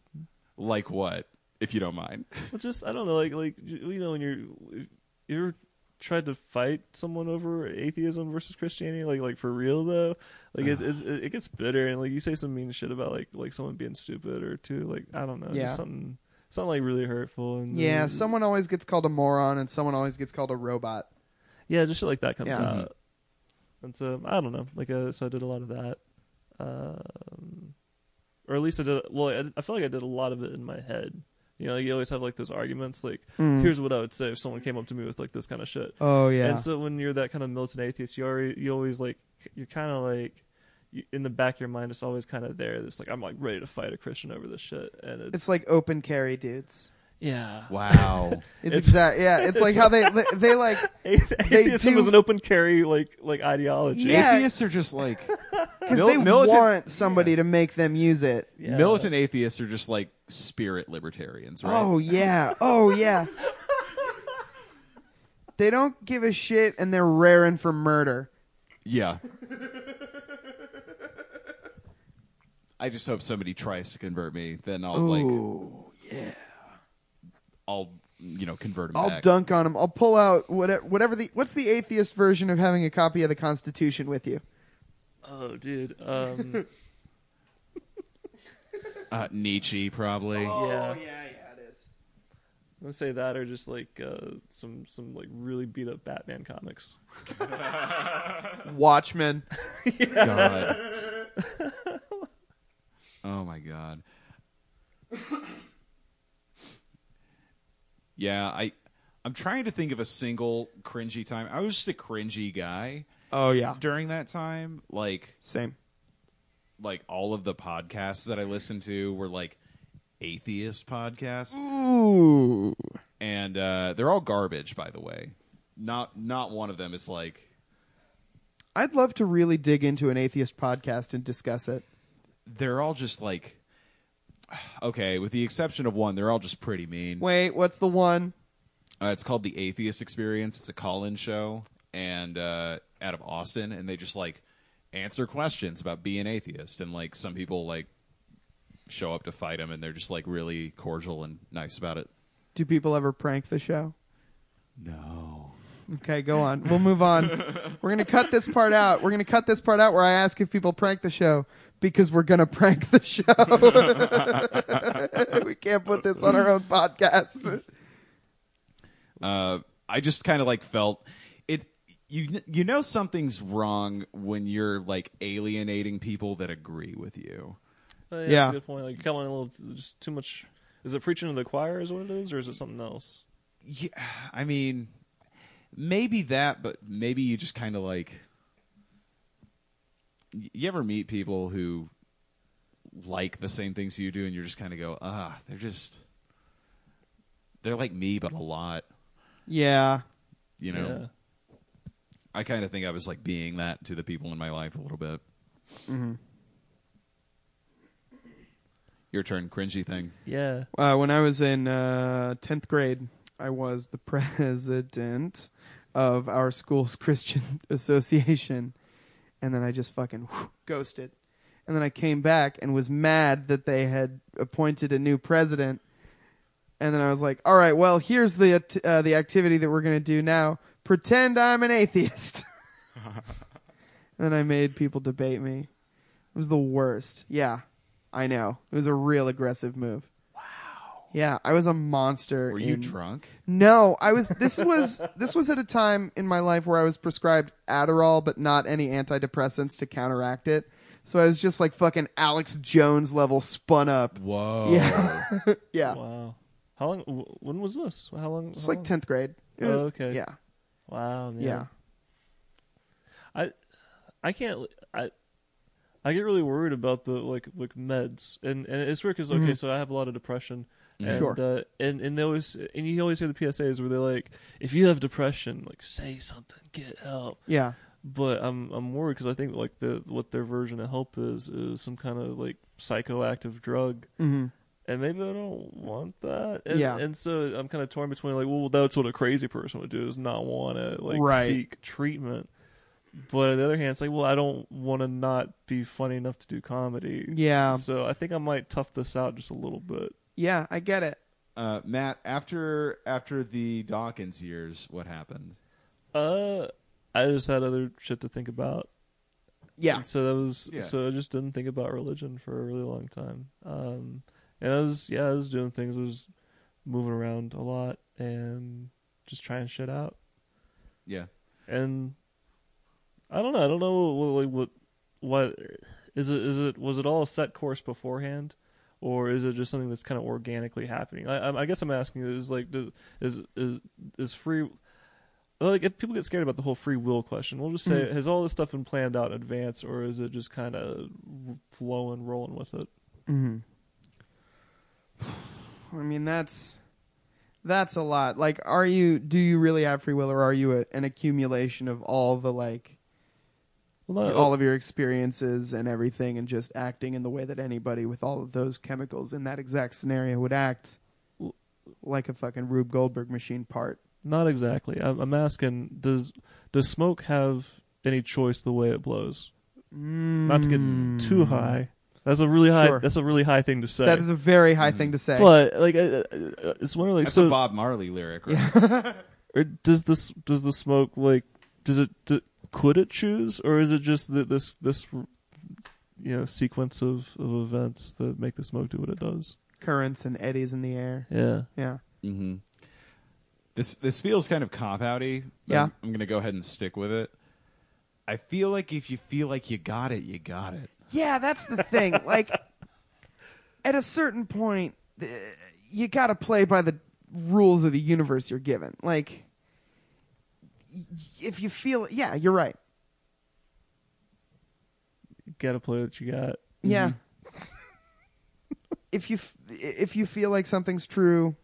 [SPEAKER 1] Like what, if you don't mind?
[SPEAKER 4] Well, just I don't know, like like you know when you're if you ever tried to fight someone over atheism versus Christianity, like like for real though, like it it's, it, it gets bitter and like you say some mean shit about like like someone being stupid or too like I don't know,
[SPEAKER 2] Yeah.
[SPEAKER 4] just something something like really hurtful and
[SPEAKER 2] Yeah, someone always gets called a moron, and someone always gets called a robot.
[SPEAKER 4] yeah, just shit like that comes
[SPEAKER 2] Yeah.
[SPEAKER 4] out. And so I don't know, like uh, so I did a lot of that, um, or at least I did. Well, I, I feel like I did a lot of it in my head. You know, you always have like those arguments, like
[SPEAKER 2] Mm.
[SPEAKER 4] here's what I would say if someone came up to me with like this kind of shit.
[SPEAKER 2] Oh yeah,
[SPEAKER 4] And so when you're that kind of militant atheist, you already, you always like you're kind of like you, in the back of your mind, it's always kind of there. It's like I'm like ready to fight a Christian over this shit, and it's,
[SPEAKER 2] it's like open carry dudes.
[SPEAKER 4] yeah,
[SPEAKER 1] *laughs* Wow.
[SPEAKER 2] It's,
[SPEAKER 4] It's-
[SPEAKER 2] exact. Yeah, it's like how they they, they like.
[SPEAKER 4] Ath- *laughs* atheism
[SPEAKER 2] do-
[SPEAKER 4] was an open carry like like ideology.
[SPEAKER 2] Yeah.
[SPEAKER 1] Atheists are just like
[SPEAKER 2] *laughs* Because
[SPEAKER 1] Mil-
[SPEAKER 2] they
[SPEAKER 1] militant-
[SPEAKER 2] want somebody to make them use it.
[SPEAKER 4] Yeah.
[SPEAKER 1] militant atheists are just like spirit libertarians, right?
[SPEAKER 2] Oh yeah. Oh yeah. they don't give a shit and they're raring for murder. *laughs*
[SPEAKER 1] yeah. I just hope somebody tries to convert me. Then I'll like I'll you know convert them
[SPEAKER 2] I'll
[SPEAKER 1] back.
[SPEAKER 2] dunk on them. I'll pull out whatever, whatever the what's the atheist version of having a copy of the Constitution with you?
[SPEAKER 4] Oh, dude. Um,
[SPEAKER 1] uh, Nietzsche probably.
[SPEAKER 4] yeah.
[SPEAKER 2] Oh, yeah, it is.
[SPEAKER 4] Let's say that, or just like uh, some some like really beat up Batman comics.
[SPEAKER 2] Watchmen.
[SPEAKER 1] God. oh my god. Yeah, I I'm trying to think of a single cringy time. I was just a cringy guy
[SPEAKER 2] Oh yeah.
[SPEAKER 1] during that time. Like
[SPEAKER 2] Same.
[SPEAKER 1] like all of the podcasts that I listened to were like atheist podcasts.
[SPEAKER 2] Ooh.
[SPEAKER 1] And uh they're all garbage, by the way. Not not one of them is like
[SPEAKER 2] I'd love to really dig into an atheist podcast and discuss it.
[SPEAKER 1] they're all just like okay, with the exception of one, they're all just pretty mean.
[SPEAKER 2] Wait, what's the one?
[SPEAKER 1] Uh, it's called the Atheist Experience. It's a call-in show, and uh, out of Austin, and they just like answer questions about being atheist, and like some people like show up to fight them, and they're just like really cordial and nice about it.
[SPEAKER 2] Do people ever prank the show?
[SPEAKER 1] No,
[SPEAKER 2] Okay, go on. We'll move on. We're going to cut this part out. We're going to cut this part out where I ask if people prank the show because we're going to prank the show. *laughs* we can't put this on our own podcast.
[SPEAKER 1] uh, I just kind of like felt it. You you know something's wrong when you're like alienating people that agree with you.
[SPEAKER 4] Uh, yeah,
[SPEAKER 2] Yeah.
[SPEAKER 4] That's a good point. Like, come on, a little just too much. Is it preaching to the choir? Is what it is, or is it something else?
[SPEAKER 1] Yeah, I mean, maybe that, but maybe you just kind of like. y- You ever meet people who like the same things you do, and you're just kind of go, ah, they're just. They're like me, but a lot.
[SPEAKER 2] Yeah.
[SPEAKER 1] You know, I kind of think I was like being Mm-hmm. that to the people in my life a little bit. Your turn, cringy thing.
[SPEAKER 4] Yeah.
[SPEAKER 2] Uh, when I was in uh, 10th grade, I was the *laughs* president of our school's *laughs* Christian association. And then I just fucking whew, ghosted. And then I came back and was mad that they had appointed a new president. And then I was like, all right, well, here's the, act- uh, the activity that we're going to do now pretend I'm an atheist. *laughs* and then I made people debate me. It was the worst. Yeah, I know. It was a real aggressive move. Yeah, I was a monster.
[SPEAKER 1] Were you
[SPEAKER 2] in-
[SPEAKER 1] drunk?
[SPEAKER 2] No, I was. This was *laughs* this was at a time in my life where I was prescribed Adderall, but not any antidepressants to counteract it. So I was just like fucking Alex Jones level spun up.
[SPEAKER 1] Whoa.
[SPEAKER 2] Yeah,
[SPEAKER 1] Oh.
[SPEAKER 2] *laughs* yeah.
[SPEAKER 4] Wow. How long? wh- When was this? How long?
[SPEAKER 2] It's
[SPEAKER 4] how
[SPEAKER 2] like
[SPEAKER 4] long-
[SPEAKER 2] tenth grade.
[SPEAKER 4] Oh, okay.
[SPEAKER 2] Yeah,
[SPEAKER 4] Wow. Man.
[SPEAKER 2] yeah.
[SPEAKER 4] I I can't I I get really worried about the like like meds and and it's weird because okay so I have a lot of depression and
[SPEAKER 2] Sure.
[SPEAKER 4] uh, and and they always and you always hear the PSAs where they're like if you have depression like say something get help
[SPEAKER 2] yeah.
[SPEAKER 4] but I'm I'm worried because I think like the what their version of help is is some kind of like psychoactive drug
[SPEAKER 2] hmm
[SPEAKER 4] and maybe I don't want that. And,
[SPEAKER 2] Yeah.
[SPEAKER 4] And so I'm kind of torn between like, well, that's what a crazy person would do is not want to like
[SPEAKER 2] Right.
[SPEAKER 4] seek treatment. But on the other hand, it's like, well, I don't want to not be funny enough to do comedy.
[SPEAKER 2] Yeah.
[SPEAKER 4] So I think I might tough this out just a little bit.
[SPEAKER 2] Yeah, I get it.
[SPEAKER 1] Uh, Matt, after after the Dawkins years, what happened?
[SPEAKER 4] Uh, I just had other shit to think about.
[SPEAKER 2] Yeah.
[SPEAKER 4] And so that was
[SPEAKER 1] Yeah.
[SPEAKER 4] so I just didn't think about religion for a really long time. Um, and I was yeah, I was doing things. I was moving around a lot and just trying shit out.
[SPEAKER 1] Yeah.
[SPEAKER 4] and I don't know. I don't know what like what what is it? Is it was it all a set course beforehand, or is it just something that's kind of organically happening? I, I, I guess I'm asking is like does, is is is free. Like if people get scared about the whole free will question, we'll just say, has all this stuff been planned out in advance, or is it just kind of flowing, rolling with it?
[SPEAKER 2] hmm *sighs* I mean, that's that's a lot. Like, are you? Do you really have free will, or are you a, an accumulation of all the like
[SPEAKER 4] Well, not,
[SPEAKER 2] all of your experiences and everything, and just acting in the way that anybody with all of those chemicals in that exact scenario would act, like a fucking Rube Goldberg machine part?
[SPEAKER 4] not exactly. I'm, I'm asking, does does smoke have any choice the way it blows? not to
[SPEAKER 2] Mm.
[SPEAKER 4] get too high. That's a really high.
[SPEAKER 2] Hmm. Sure.
[SPEAKER 4] That's a really high thing to say.
[SPEAKER 2] That is a very high thing to say.
[SPEAKER 4] Mm. but like, uh, uh, it's one of like
[SPEAKER 1] That's
[SPEAKER 4] so.
[SPEAKER 1] a Bob Marley lyric, right?
[SPEAKER 4] or does this does the smoke like does it d could it choose or is it just that this this you know sequence of of events that make the smoke do what it does?
[SPEAKER 2] Currents and eddies in the air.
[SPEAKER 4] Yeah.
[SPEAKER 2] Yeah.
[SPEAKER 1] Mm-hmm. This this feels kind of cop outy.
[SPEAKER 2] Yeah.
[SPEAKER 1] I'm, I'm gonna go ahead and stick with it. I feel like if you feel like you got it, you got it.
[SPEAKER 2] Yeah, that's the *laughs* thing. like, at a certain point, th- you got to play by the rules of the universe you're given. Like, y- if you feel, yeah, you're right.
[SPEAKER 4] You gotta play what you got.
[SPEAKER 2] Yeah. if you f- if you feel like something's true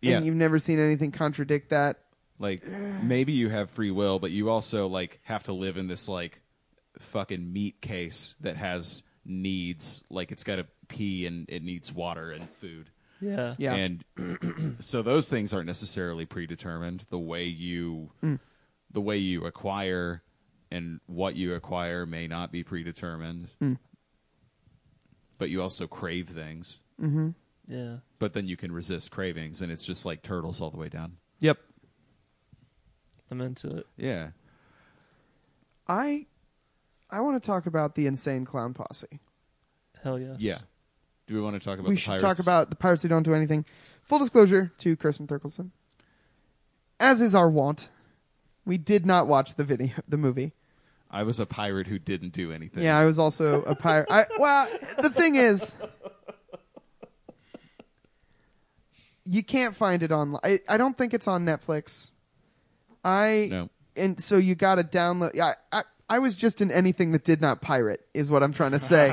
[SPEAKER 1] Yeah,
[SPEAKER 2] and you've never seen anything contradict that,
[SPEAKER 1] like maybe you have free will, but you also like have to live in this like fucking meat case that has needs. Like it's got to pee and it needs water and food.
[SPEAKER 4] Yeah.
[SPEAKER 2] yeah,
[SPEAKER 1] And *clears throat* so those things aren't necessarily predetermined. The way you
[SPEAKER 2] Hmm.
[SPEAKER 1] the way you acquire and what you acquire may not be predetermined.
[SPEAKER 2] Hmm.
[SPEAKER 1] But you also crave things.
[SPEAKER 4] Yeah.
[SPEAKER 1] But then you can resist cravings and it's just like turtles all the way down.
[SPEAKER 2] yep.
[SPEAKER 4] I'm into it.
[SPEAKER 1] Yeah.
[SPEAKER 2] I I want to talk about the insane clown posse.
[SPEAKER 4] Hell yes.
[SPEAKER 1] Yeah. Do we want to talk about
[SPEAKER 2] we
[SPEAKER 1] the
[SPEAKER 2] should
[SPEAKER 1] pirates?
[SPEAKER 2] talk about the pirates who don't do anything. Full disclosure to Kirsten Thirkelson, as is our wont, we did not watch the video, the movie.
[SPEAKER 1] I was a pirate who didn't do anything.
[SPEAKER 2] Yeah, I was also a pirate. I, well, the thing is, you can't find it online. I, I don't think it's on Netflix. I
[SPEAKER 1] No.
[SPEAKER 2] and so you got to download. I, I I was just in anything that did not pirate is what I'm trying
[SPEAKER 1] *laughs*
[SPEAKER 2] to say.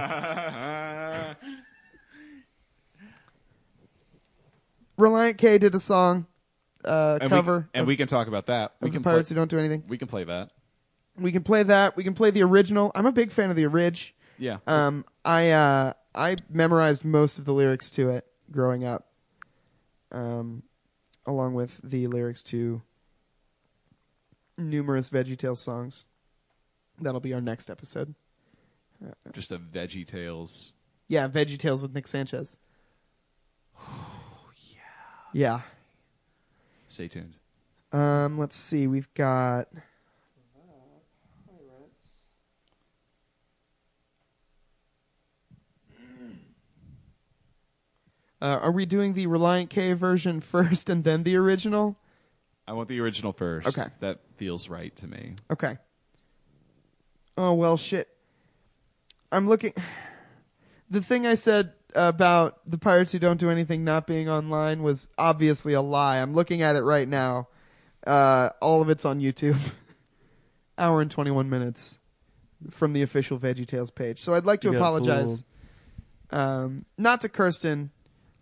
[SPEAKER 2] Reliant K did a song uh,
[SPEAKER 1] And We,
[SPEAKER 2] cover
[SPEAKER 1] and we can talk about that.
[SPEAKER 2] of
[SPEAKER 1] We can
[SPEAKER 2] the pirates
[SPEAKER 1] play,
[SPEAKER 2] who don't do anything.
[SPEAKER 1] we can play that.
[SPEAKER 2] We can play that. We can play the original. I'm a big fan of the orig.
[SPEAKER 1] Yeah.
[SPEAKER 2] Um, I uh, I memorized most of the lyrics to it growing up, um, along with the lyrics to numerous VeggieTales songs. That'll be our next episode.
[SPEAKER 1] Just a Veggie Tales.
[SPEAKER 2] Yeah, VeggieTales with Nick Sanchez. yeah.
[SPEAKER 1] Stay tuned.
[SPEAKER 2] Yeah. Um, let's see. We've got. Uh, are we doing the Reliant K version *laughs* first and then the original?
[SPEAKER 1] I want the original first.
[SPEAKER 2] Okay.
[SPEAKER 1] That feels right to me.
[SPEAKER 2] Okay. Oh well, shit. I'm looking. The thing I said about the pirates who don't do anything not being online was obviously a lie. I'm looking at it right now. Uh, all of it's on YouTube. *laughs* Hour and 21 minutes from the official VeggieTales page. So I'd like to
[SPEAKER 4] You got
[SPEAKER 2] apologize, um, not to Kirsten,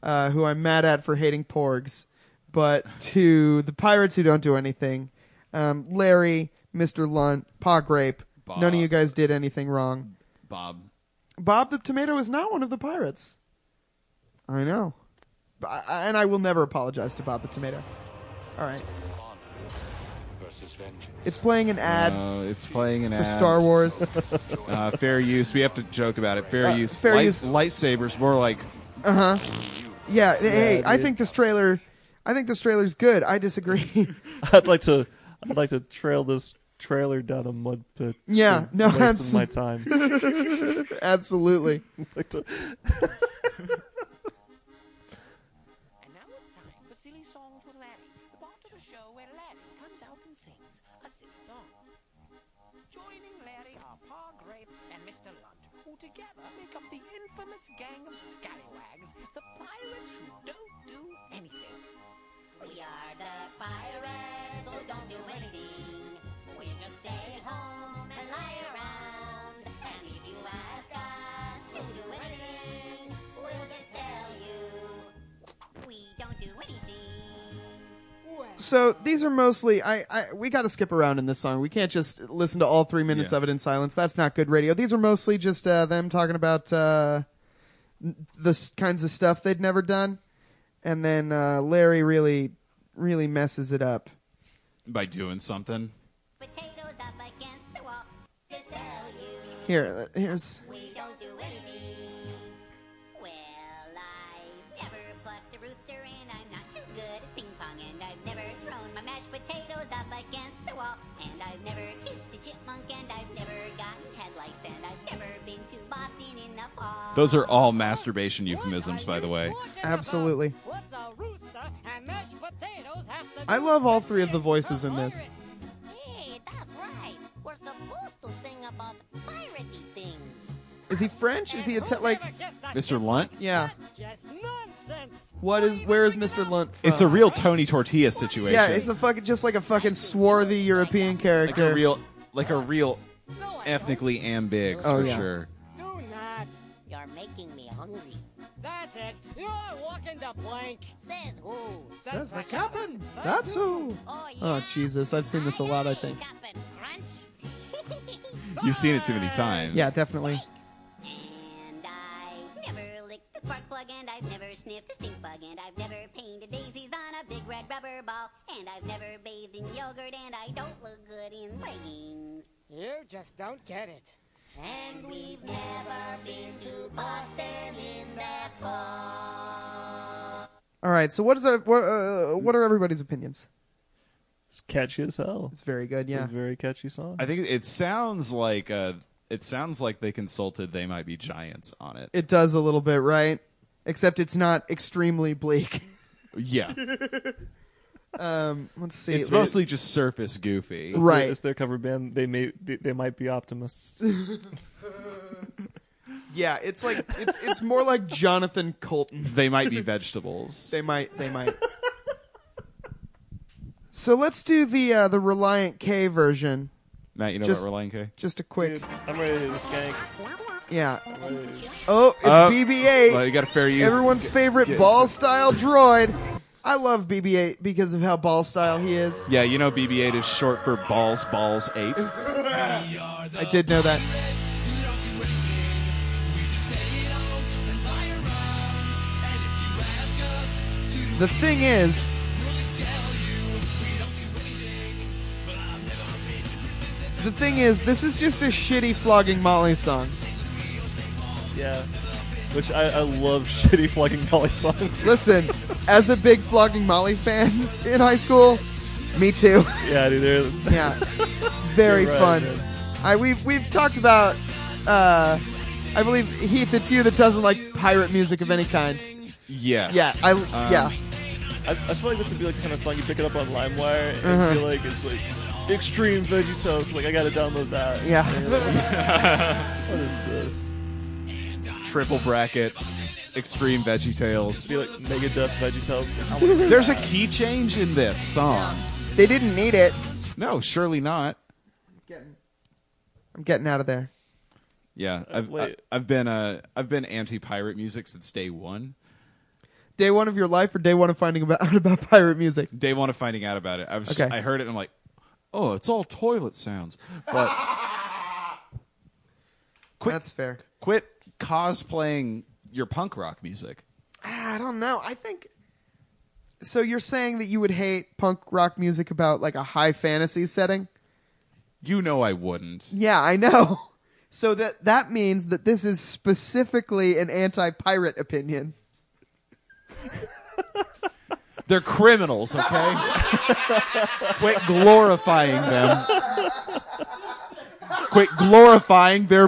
[SPEAKER 2] uh, who I'm mad at for hating Porgs, but to the pirates who don't do anything. Um, Larry, Mr. Lunt, Pa Grape. None
[SPEAKER 1] Bob.
[SPEAKER 2] of you guys did anything wrong.
[SPEAKER 1] Bob.
[SPEAKER 2] Bob the Tomato is not one of the pirates. I know. B- I- And I will never apologize to Bob the Tomato. All right.
[SPEAKER 6] versus vengeance.
[SPEAKER 2] It's playing an ad
[SPEAKER 1] Uh, it's playing an
[SPEAKER 2] for
[SPEAKER 1] ad.
[SPEAKER 2] Star Wars.
[SPEAKER 1] Uh, fair use. We have to joke about it. Fair
[SPEAKER 2] Uh,
[SPEAKER 1] use.
[SPEAKER 2] fair use.
[SPEAKER 1] Lightsabers. More like
[SPEAKER 2] yeah, hey, I
[SPEAKER 4] dude.
[SPEAKER 2] think this trailer I think this trailer's good. I disagree.
[SPEAKER 4] *laughs*
[SPEAKER 2] *laughs*
[SPEAKER 4] I'd like to. I'd like to trail this trailer down a mud pit.
[SPEAKER 2] Yeah,
[SPEAKER 4] for
[SPEAKER 2] no,
[SPEAKER 4] wasting
[SPEAKER 2] abs-
[SPEAKER 4] my time. *laughs*
[SPEAKER 2] Absolutely.
[SPEAKER 4] I'd like to-
[SPEAKER 7] And now it's time for Silly Songs with Larry, the part of the show where Larry comes out and sings a silly song. Joining Larry are Pa Grape and Mr. Lunt, who together make up the infamous gang of scallywags, the pirates who don't do anything.
[SPEAKER 8] We are the pirates who don't do anything. We just stay at home and lie around. And if you ask us to do anything, we'll just tell you we don't do anything.
[SPEAKER 2] So these are mostly I, I we got to skip around in this song. We can't just listen to all three minutes
[SPEAKER 1] Yeah.
[SPEAKER 2] of it in silence. That's not good radio. These are mostly just uh, them talking about uh, n- the s- kinds of stuff they'd never done, and then uh, Larry really really messes it up.
[SPEAKER 1] by doing something.
[SPEAKER 8] Potatoes up against the wall. Just tell you
[SPEAKER 2] Here, uh, here's
[SPEAKER 8] we don't do anything. Well, I've never plucked a rooster and I'm not too good at ping pong and I've never thrown my mashed potatoes up against the wall and I've never kissed a chipmunk and I've never gotten headlights and I've never been to Boston in the fall.
[SPEAKER 1] Those are all masturbation euphemisms, by the way.
[SPEAKER 2] Absolutely.
[SPEAKER 9] What's a rooster and mashed potatoes have to
[SPEAKER 2] I
[SPEAKER 9] do
[SPEAKER 2] love all
[SPEAKER 9] with
[SPEAKER 2] three of the
[SPEAKER 9] being
[SPEAKER 2] voices in
[SPEAKER 9] a
[SPEAKER 2] this.
[SPEAKER 9] pirate?
[SPEAKER 8] Hey, that's right. We're supposed to sing about piratey things.
[SPEAKER 2] is he French? Is he
[SPEAKER 9] And
[SPEAKER 2] a te-
[SPEAKER 9] who's
[SPEAKER 2] like
[SPEAKER 9] ever kissed a
[SPEAKER 1] Mr.
[SPEAKER 9] chipmunk?
[SPEAKER 1] Lunt?
[SPEAKER 2] yeah?
[SPEAKER 9] That's just nonsense.
[SPEAKER 2] What is where is Mr. Lunt from?
[SPEAKER 1] It's a real Tony Tortilla situation.
[SPEAKER 2] yeah, it's a fucking just like a fucking swarthy European
[SPEAKER 1] like
[SPEAKER 2] character.
[SPEAKER 1] a real, like a real
[SPEAKER 9] No, I
[SPEAKER 1] ethnically ambiguous
[SPEAKER 2] Oh,
[SPEAKER 1] for
[SPEAKER 2] yeah.
[SPEAKER 1] sure.
[SPEAKER 9] don't. Do not.
[SPEAKER 8] You're making me hungry.
[SPEAKER 9] That's it. You're walking the plank.
[SPEAKER 8] Says who?
[SPEAKER 2] That's the
[SPEAKER 9] right.
[SPEAKER 2] captain. That's who.
[SPEAKER 8] Oh, yeah.
[SPEAKER 2] Oh Jesus, I've seen this a lot. I
[SPEAKER 8] Aye,
[SPEAKER 2] think.
[SPEAKER 8] Cap'n Crunch. *laughs*
[SPEAKER 1] You've seen it too many times.
[SPEAKER 2] Yeah, definitely.
[SPEAKER 8] And I've never licked a spark plug, and I've never sniffed a stink bug, and I've never painted daisies on a big red rubber ball, and I've never bathed in yogurt, and I don't look good in leggings.
[SPEAKER 9] You just don't get it.
[SPEAKER 8] And we've never been to Boston in the fall.
[SPEAKER 2] All right. So what is our, what, uh, what are everybody's opinions?
[SPEAKER 4] it's catchy as hell.
[SPEAKER 2] It's very good.
[SPEAKER 4] It's
[SPEAKER 2] Yeah.
[SPEAKER 4] a very catchy song.
[SPEAKER 1] I think it sounds like uh, it sounds like they consulted. They might be giants on it.
[SPEAKER 2] It does a little bit, right? Except it's not extremely bleak. *laughs*
[SPEAKER 1] Yeah,
[SPEAKER 2] Um, let's see.
[SPEAKER 1] it's mostly just surface goofy.
[SPEAKER 4] It's their-
[SPEAKER 2] right.
[SPEAKER 4] it's their cover band. They may they, they might
[SPEAKER 2] *laughs*
[SPEAKER 4] be optimists.
[SPEAKER 2] yeah, it's like it's it's more like Jonathan Colton.
[SPEAKER 1] They might be vegetables.
[SPEAKER 2] *laughs* They might they might. so let's do the uh, the Reliant K version.
[SPEAKER 1] Matt, you know
[SPEAKER 2] Just-
[SPEAKER 1] about Reliant K?
[SPEAKER 2] Just a quick,
[SPEAKER 4] Dude, I'm ready to skank.
[SPEAKER 2] yeah.
[SPEAKER 4] I'm ready to-
[SPEAKER 2] Oh, it's
[SPEAKER 1] Uh,
[SPEAKER 2] BB-8.
[SPEAKER 1] Well, you got a fair use.
[SPEAKER 2] Everyone's favorite
[SPEAKER 1] get-
[SPEAKER 2] ball style droid. I love BB-8 because of how ball style he is.
[SPEAKER 1] Yeah, you know BB-8 is short for balls, balls eight.
[SPEAKER 2] I did know that. The thing is, the thing is, this is just a shitty flogging Molly song.
[SPEAKER 4] Yeah. Which I, I love *laughs* shitty fucking
[SPEAKER 2] *laughs*
[SPEAKER 4] Molly songs.
[SPEAKER 2] Listen, as a big flogging Molly fan *laughs* in high school, me too. *laughs*
[SPEAKER 4] yeah, dude. They're,
[SPEAKER 2] Yeah, it's very
[SPEAKER 4] You're right,
[SPEAKER 2] fun.
[SPEAKER 4] man.
[SPEAKER 2] I we've we've talked about. Uh, I believe Heath, it's you that doesn't like pirate music of any kind.
[SPEAKER 1] Yes.
[SPEAKER 2] Yeah, I
[SPEAKER 4] Uh-huh.
[SPEAKER 1] Um,
[SPEAKER 2] yeah.
[SPEAKER 4] I, I feel like this would be like the kind of song you pick it up on LimeWire and
[SPEAKER 2] Uh-huh.
[SPEAKER 4] feel like it's like extreme veggie toast. Like I gotta download that.
[SPEAKER 2] Yeah.
[SPEAKER 4] And you're like, *laughs* what is this?
[SPEAKER 1] Triple bracket, extreme Veggie Tales.
[SPEAKER 4] Be like mega death veggie toast. *laughs* Like,
[SPEAKER 1] There's a key change in this song.
[SPEAKER 2] They didn't need it.
[SPEAKER 1] No, surely not.
[SPEAKER 2] I'm getting out of there.
[SPEAKER 1] Yeah,
[SPEAKER 2] Uh,
[SPEAKER 1] I've
[SPEAKER 4] wait.
[SPEAKER 1] I, have been uh I've been anti pirate music since day one.
[SPEAKER 2] Day one of your life or day one of finding about, *laughs* out about pirate music?
[SPEAKER 1] Day one of finding out about it, I was just-
[SPEAKER 2] Okay.
[SPEAKER 1] I heard it and I'm like,
[SPEAKER 3] Oh, it's all toilet sounds.
[SPEAKER 1] but Quick-
[SPEAKER 2] That's fair.
[SPEAKER 1] quit cosplaying your punk rock music.
[SPEAKER 2] Ah, I don't know. I think. So you're saying that you would hate punk rock music about like a high fantasy setting?
[SPEAKER 1] You know I wouldn't.
[SPEAKER 2] Yeah, I know. *laughs* So that that means that this is specifically an anti-pirate opinion.
[SPEAKER 1] They're criminals, okay? *laughs* Quit glorifying them. Quit glorifying their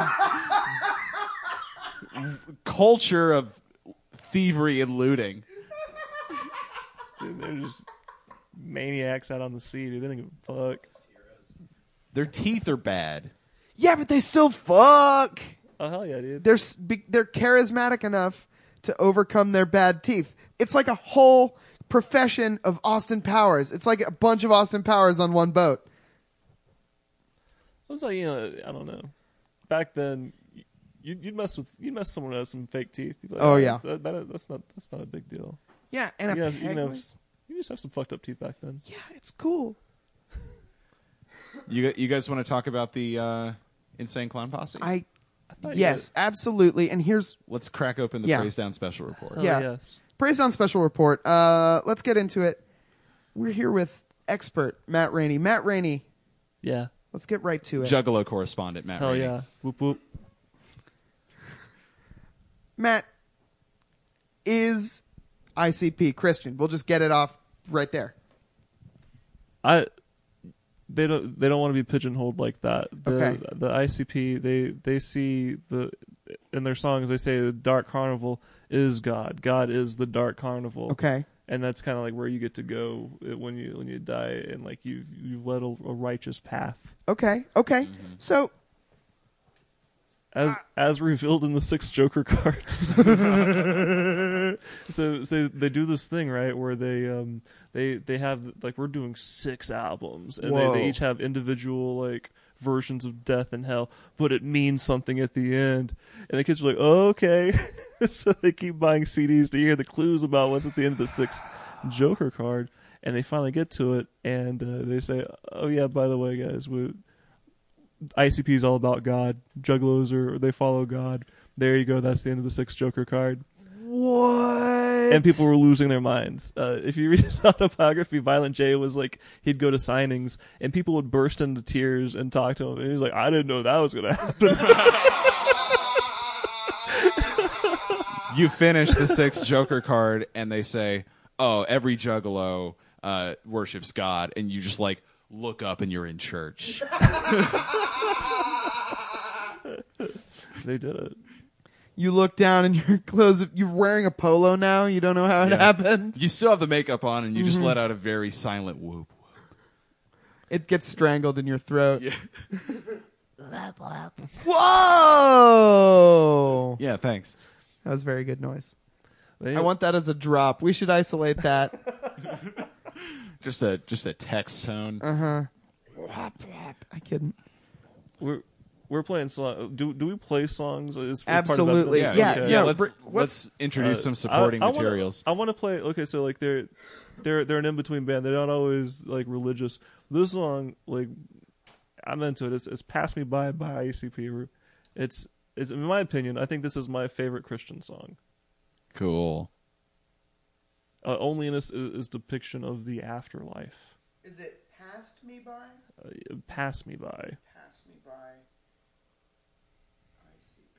[SPEAKER 1] culture of thievery and looting.
[SPEAKER 4] dude, they're just maniacs out on the sea, dude. They don't give a fuck.
[SPEAKER 1] Their teeth are bad.
[SPEAKER 2] Yeah, but they still fuck.
[SPEAKER 4] Oh hell yeah, dude.
[SPEAKER 2] They're s- be- they're charismatic enough to overcome their bad teeth. It's like a whole profession of Austin Powers. It's like a bunch of Austin Powers on one boat.
[SPEAKER 4] It was like you know, I don't know. Back then, y- you'd, you'd mess with you'd mess someone else some fake teeth. You'd be like,
[SPEAKER 2] Oh, yeah.
[SPEAKER 4] that, that- that's not that's not a big deal.
[SPEAKER 2] Yeah, and
[SPEAKER 4] You know, you know, you just have some fucked up teeth back then.
[SPEAKER 2] yeah, it's cool.
[SPEAKER 1] You you guys want to talk about the uh, insane clown posse?
[SPEAKER 2] I
[SPEAKER 4] thought you
[SPEAKER 2] yes, absolutely. And here's
[SPEAKER 1] Let's crack open the
[SPEAKER 2] Yeah.
[SPEAKER 1] praise down special report.
[SPEAKER 4] Oh,
[SPEAKER 2] Yeah.
[SPEAKER 4] Yes.
[SPEAKER 2] praise on special report. Uh, let's get into it. We're here with expert Matt Rainey. Matt Rainey,
[SPEAKER 4] Yeah.
[SPEAKER 2] let's get right to it.
[SPEAKER 1] Juggalo correspondent Matt.
[SPEAKER 4] Hell
[SPEAKER 1] Rainey.
[SPEAKER 4] yeah. Whoop whoop.
[SPEAKER 2] Matt is ICP Christian. We'll just get it off right there.
[SPEAKER 4] I they don't they don't want to be pigeonholed like that. The
[SPEAKER 2] Okay.
[SPEAKER 4] the ICP they they see the in their songs they say the dark carnival is God. God is the dark carnival.
[SPEAKER 2] Okay.
[SPEAKER 4] And that's kind of like where you get to go uh, when you when you die and like you've you've led a, a righteous path
[SPEAKER 2] Okay. Okay.
[SPEAKER 1] Mm-hmm.
[SPEAKER 2] So
[SPEAKER 4] as as revealed in the six Joker cards. so so they do this thing right where they um they they have like we're doing six albums and they,
[SPEAKER 2] Whoa.
[SPEAKER 4] they each have individual like versions of death and hell, but it means something at the end. And the kids are like, oh, okay, *laughs* so they keep buying CDs to hear the clues about what's at the end of the sixth Joker card. And they finally get to it, and uh, they say, "Oh yeah, by the way, guys, we ICP is all about God. Juggalos are they follow God. There you go. That's the end of the six Joker card. What? And people were losing their minds. Uh, if you read his *laughs* autobiography, Violent J was like he'd go to signings and people would burst into tears and talk to him. And he's like, I didn't know that was gonna *laughs* happen.
[SPEAKER 1] You finish the sixth Joker card and they say, "Oh, every juggalo uh, worships God," and you just like look up and you're in church.
[SPEAKER 4] they did it.
[SPEAKER 2] you look down and *laughs* your clothes you're wearing a polo now, you don't know how it
[SPEAKER 1] Yeah.
[SPEAKER 2] happened.
[SPEAKER 1] You still have the makeup on and you just let out a very silent whoop.
[SPEAKER 2] It gets strangled in your throat. Whoa!
[SPEAKER 1] Yeah, thanks.
[SPEAKER 2] That was very good noise.
[SPEAKER 4] They,
[SPEAKER 2] I want that as a drop. We should isolate that.
[SPEAKER 1] *laughs* Just a just a text tone.
[SPEAKER 2] I couldn't.
[SPEAKER 4] we're we're playing song. Do do we play songs? Is, is part of that-
[SPEAKER 2] Absolutely.
[SPEAKER 1] yeah,
[SPEAKER 2] yeah,
[SPEAKER 1] yeah,
[SPEAKER 2] no,
[SPEAKER 1] Let's
[SPEAKER 2] br- what's-
[SPEAKER 1] let's introduce
[SPEAKER 4] Uh,
[SPEAKER 1] some supporting
[SPEAKER 4] I- I wanna-
[SPEAKER 1] materials.
[SPEAKER 4] I want to play. Okay, so like they're they're they're an in between band. They're not always like religious. This song, like I'm into it. It's, it's "Pass Me By" by ACP. It's it's in my opinion. I think this is my favorite Christian song.
[SPEAKER 1] cool.
[SPEAKER 4] Uh, only in this is, is depiction of the afterlife.
[SPEAKER 2] Is it passed me by?
[SPEAKER 4] Uh, pass me by.
[SPEAKER 2] Pass me by. ICP.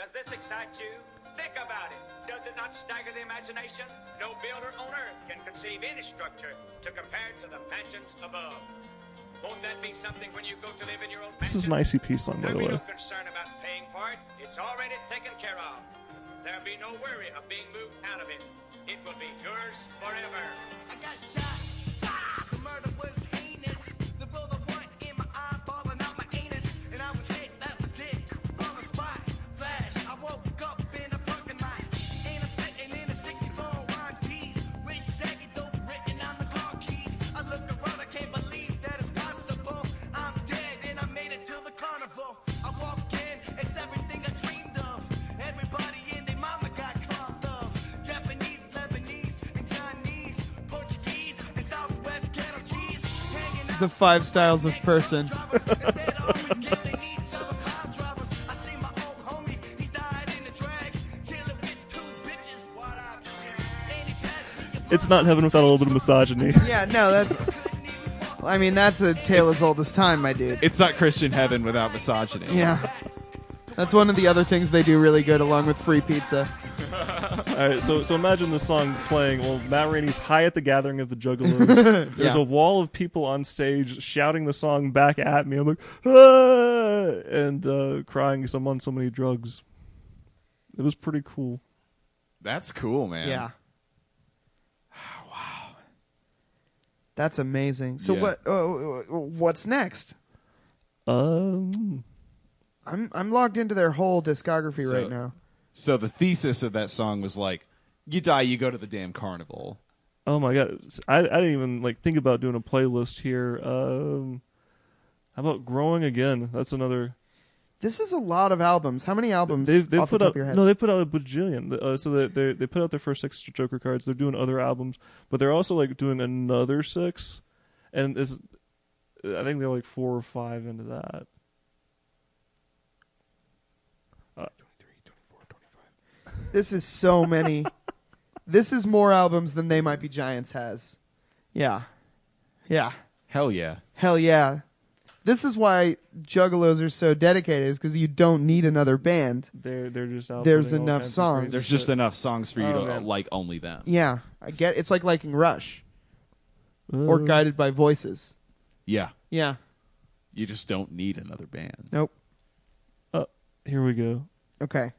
[SPEAKER 10] Does this excite you? Think about it. Does it not stagger the imagination? No builder on earth can conceive any structure to compare to the mansions above. Won't that be something when you go to live in your own
[SPEAKER 4] This is an
[SPEAKER 10] mansion?
[SPEAKER 4] ICP song, by the
[SPEAKER 10] There'll be
[SPEAKER 4] way.
[SPEAKER 10] no concern about paying for it. It's already taken care of. There'll be no worry of being moved out of it. It will be yours forever.
[SPEAKER 7] I got shot. Ah! The murder was heinous. The bullet went in my eye, balling out my anus. And I was hit, that was it. On the spot, flash. I woke up in a parking lot. And I'm sitting in a 64 wine piece. With shaggy dope written on the car keys. I looked around, I can't believe that it's possible. I'm dead and I made it to the carnival. I walk in, it's everything I dreamed of. Everybody in their mama got called love. Japanese, Lebanese, and Chinese, Portuguese, and Southwest cattle cheese. Hanging out
[SPEAKER 2] The five styles of person.
[SPEAKER 4] It's not heaven without a little bit of misogyny. *laughs*
[SPEAKER 2] Yeah, no, that's. I mean, that's a tale as old as time, my dude.
[SPEAKER 1] It's not Christian heaven without misogyny.
[SPEAKER 2] Yeah. That's one of the other things they do really good, along with free pizza.
[SPEAKER 4] All right, so so imagine this song playing while Matt Rainey's high at the gathering of the Juggalos. There's a wall of people on stage shouting the song back at me. I'm like, ah! and uh, crying because I'm on so many drugs. It was pretty cool.
[SPEAKER 1] That's cool, man.
[SPEAKER 2] Yeah. *sighs* Wow. That's amazing. So
[SPEAKER 1] Yeah.
[SPEAKER 2] what? Uh, what's next?
[SPEAKER 4] Um,
[SPEAKER 2] I'm I'm logged into their whole discography
[SPEAKER 1] So-
[SPEAKER 2] right now.
[SPEAKER 1] So the thesis of that song was like, you die, you go to the damn carnival.
[SPEAKER 4] oh my god, I, I didn't even like think about doing a playlist here. Um, how about growing again? That's another
[SPEAKER 2] This is a lot of albums. How many albums?
[SPEAKER 4] They've, they've
[SPEAKER 2] off
[SPEAKER 4] put
[SPEAKER 2] the top
[SPEAKER 4] out
[SPEAKER 2] of your head?
[SPEAKER 4] no, they put out a bajillion. The- Uh, so they, they they put out their first six Joker cards. They're doing other albums, but they're also like doing another six, and this I think they're like four or five into that. Uh,
[SPEAKER 2] This is so
[SPEAKER 4] *laughs*
[SPEAKER 2] many. this is more albums than They Might Be Giants has. Yeah. Yeah.
[SPEAKER 1] Hell yeah.
[SPEAKER 2] Hell yeah. This is why Juggalos are so dedicated, is because you don't need another band.
[SPEAKER 4] They're they're just out
[SPEAKER 2] There's
[SPEAKER 4] putting all
[SPEAKER 2] enough
[SPEAKER 4] kinds of
[SPEAKER 2] songs.
[SPEAKER 4] crazy
[SPEAKER 1] There's
[SPEAKER 4] shit.
[SPEAKER 1] just enough songs for you
[SPEAKER 4] Oh,
[SPEAKER 1] to
[SPEAKER 4] man.
[SPEAKER 1] like only them.
[SPEAKER 2] Yeah. I get it's like liking Rush. or guided by voices.
[SPEAKER 1] Yeah.
[SPEAKER 2] Yeah.
[SPEAKER 1] You just don't need another band.
[SPEAKER 2] Nope.
[SPEAKER 4] Uh, here we go.
[SPEAKER 2] Okay.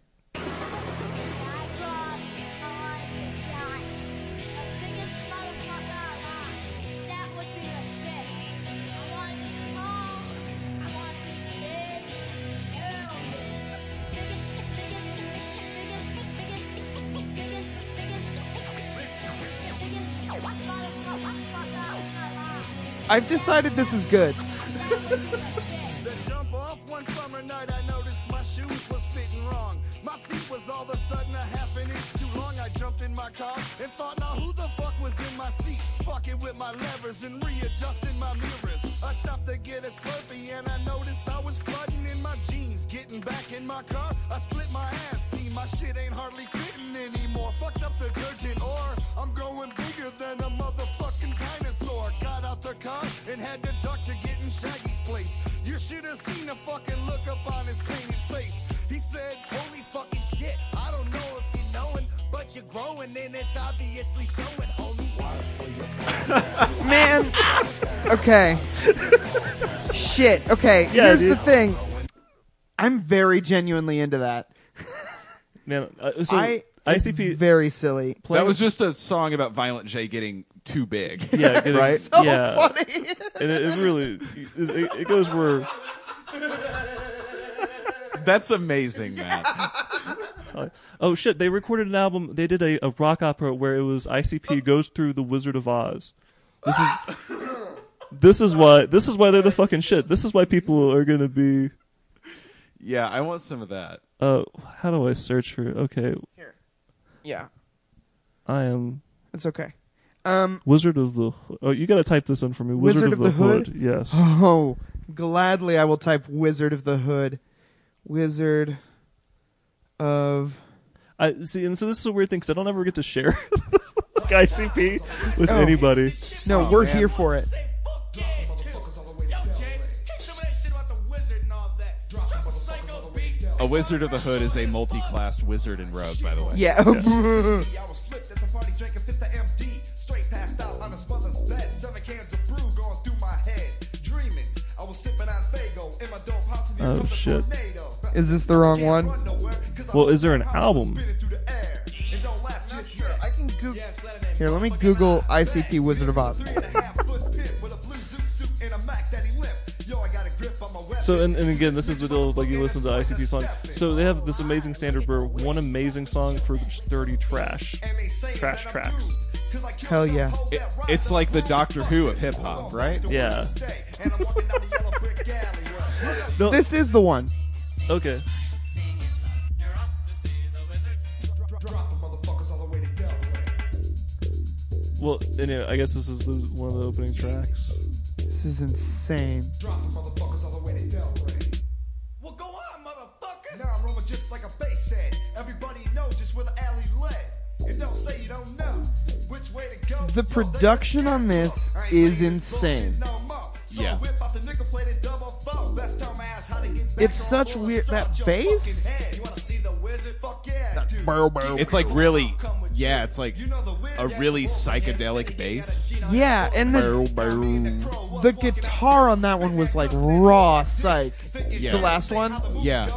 [SPEAKER 2] I've decided this is good.
[SPEAKER 7] The jump off one summer night, I noticed my shoes was fitting wrong. My feet was all of a sudden a half an inch too long. I jumped in my car and thought, now who the fuck was in my seat? Fucking with my levers and readjusting my mirrors. I stopped to get a Slurpee and I noticed I was flooding in my jeans. Getting back in my car, I split my ass. See, my shit ain't hardly fitting anymore. Fucked up detergent or I'm growing bigger than a motherfucking dinosaur. Got out the car and had to duck to get in Shaggy's place. You should have seen the fucking look up on his painted face. He said, Holy fucking shit, I don't know if you knowin', but you're growing and it's obviously showing, homie.
[SPEAKER 2] *laughs* Man. Okay. Shit. Okay.
[SPEAKER 4] Yeah,
[SPEAKER 2] Here's
[SPEAKER 4] dude.
[SPEAKER 2] the thing. I'm very genuinely into that.
[SPEAKER 4] Man, uh, so
[SPEAKER 2] I
[SPEAKER 4] ICP
[SPEAKER 2] very silly.
[SPEAKER 4] playing-
[SPEAKER 1] That was just a song about Violent J getting too big.
[SPEAKER 4] yeah, it is-
[SPEAKER 1] right?
[SPEAKER 4] yeah,
[SPEAKER 2] Funny.
[SPEAKER 4] and it, it really it, it- it goes where
[SPEAKER 1] *laughs* That's amazing, Matt.
[SPEAKER 4] oh shit they recorded an album they did a, a rock opera where it was ICP goes through the Wizard of Oz. This is this is why this is why they're the fucking shit. This is why people are gonna be
[SPEAKER 1] yeah, I want some of that.
[SPEAKER 4] uh how do I search for okay
[SPEAKER 2] Yeah.
[SPEAKER 4] I am
[SPEAKER 2] That's okay. Um.
[SPEAKER 4] Wizard of the oh you gotta type this in for me Wizard, of, the, Hood, yes *laughs*
[SPEAKER 2] Oh, gladly I will type Wizard of the Hood. Wizard of
[SPEAKER 4] I see, and so this is a weird thing because I don't ever get to share *laughs* like ICP with anybody.
[SPEAKER 2] No, we're here for it.
[SPEAKER 1] A Wizard of the Hood is a multi-classed wizard in Rogue, by the way.
[SPEAKER 2] Yeah.
[SPEAKER 11] I was flipped at the party, drinking fifth of MD. Straight passed out on his mother's bed. Seven cans of brew going through my head. Dreaming, I was sipping on Fago in my dope house. and here
[SPEAKER 4] Oh,
[SPEAKER 11] comes a
[SPEAKER 4] shit.
[SPEAKER 11] tornado.
[SPEAKER 2] Is this the wrong
[SPEAKER 11] Can't
[SPEAKER 2] one?
[SPEAKER 11] run nowhere 'cause I
[SPEAKER 4] Well, is there an
[SPEAKER 11] house was
[SPEAKER 4] album?
[SPEAKER 11] spinning through the air. And don't laugh just yet.
[SPEAKER 2] I can Google. Here, let me Google ICP Wizard of Oz.
[SPEAKER 11] Three and a half foot pimp with a blue zoot suit and a Mac that he limped. Yo, I got a grip on my weapon.
[SPEAKER 4] So and, and again, this is the deal. Like you listen to ICP song, so they have this amazing standard where one amazing song for each thirty trash.
[SPEAKER 11] And they say
[SPEAKER 4] Trash
[SPEAKER 11] that I'm
[SPEAKER 4] tracks.
[SPEAKER 11] doomed, 'cause I killed
[SPEAKER 2] Hell
[SPEAKER 11] some
[SPEAKER 2] yeah.
[SPEAKER 11] hoe
[SPEAKER 1] It-
[SPEAKER 11] that robbed
[SPEAKER 1] it's
[SPEAKER 11] the
[SPEAKER 1] like the
[SPEAKER 11] whole
[SPEAKER 1] Doctor
[SPEAKER 11] fuck
[SPEAKER 1] Who
[SPEAKER 11] this.
[SPEAKER 1] of hip
[SPEAKER 11] Hold
[SPEAKER 1] hop,
[SPEAKER 11] on,
[SPEAKER 1] right?
[SPEAKER 11] the
[SPEAKER 4] Yeah.
[SPEAKER 11] Wednesday, And I'm walking down the yellow brick alleyway.
[SPEAKER 2] This is the one.
[SPEAKER 4] Okay,
[SPEAKER 11] Drop 'em, motherfuckers all the way to Delaware.
[SPEAKER 4] well anyway, I guess this is the, one of the opening tracks.
[SPEAKER 2] This is insane.
[SPEAKER 11] Drop 'em, motherfuckers all the way to Delaware. Well, go on, motherfucker. Now I'm rolling just like a bass head. Everybody knows just where the alley led. And don't say you don't know which way to go.
[SPEAKER 2] The production on this is insane.
[SPEAKER 1] Yeah.
[SPEAKER 2] It's such weird- that bass?
[SPEAKER 1] It's like really, yeah, it's like a really psychedelic bass.
[SPEAKER 2] Yeah, and the the guitar on that one was like raw psych.
[SPEAKER 1] Yeah.
[SPEAKER 2] The last one,
[SPEAKER 1] Yeah.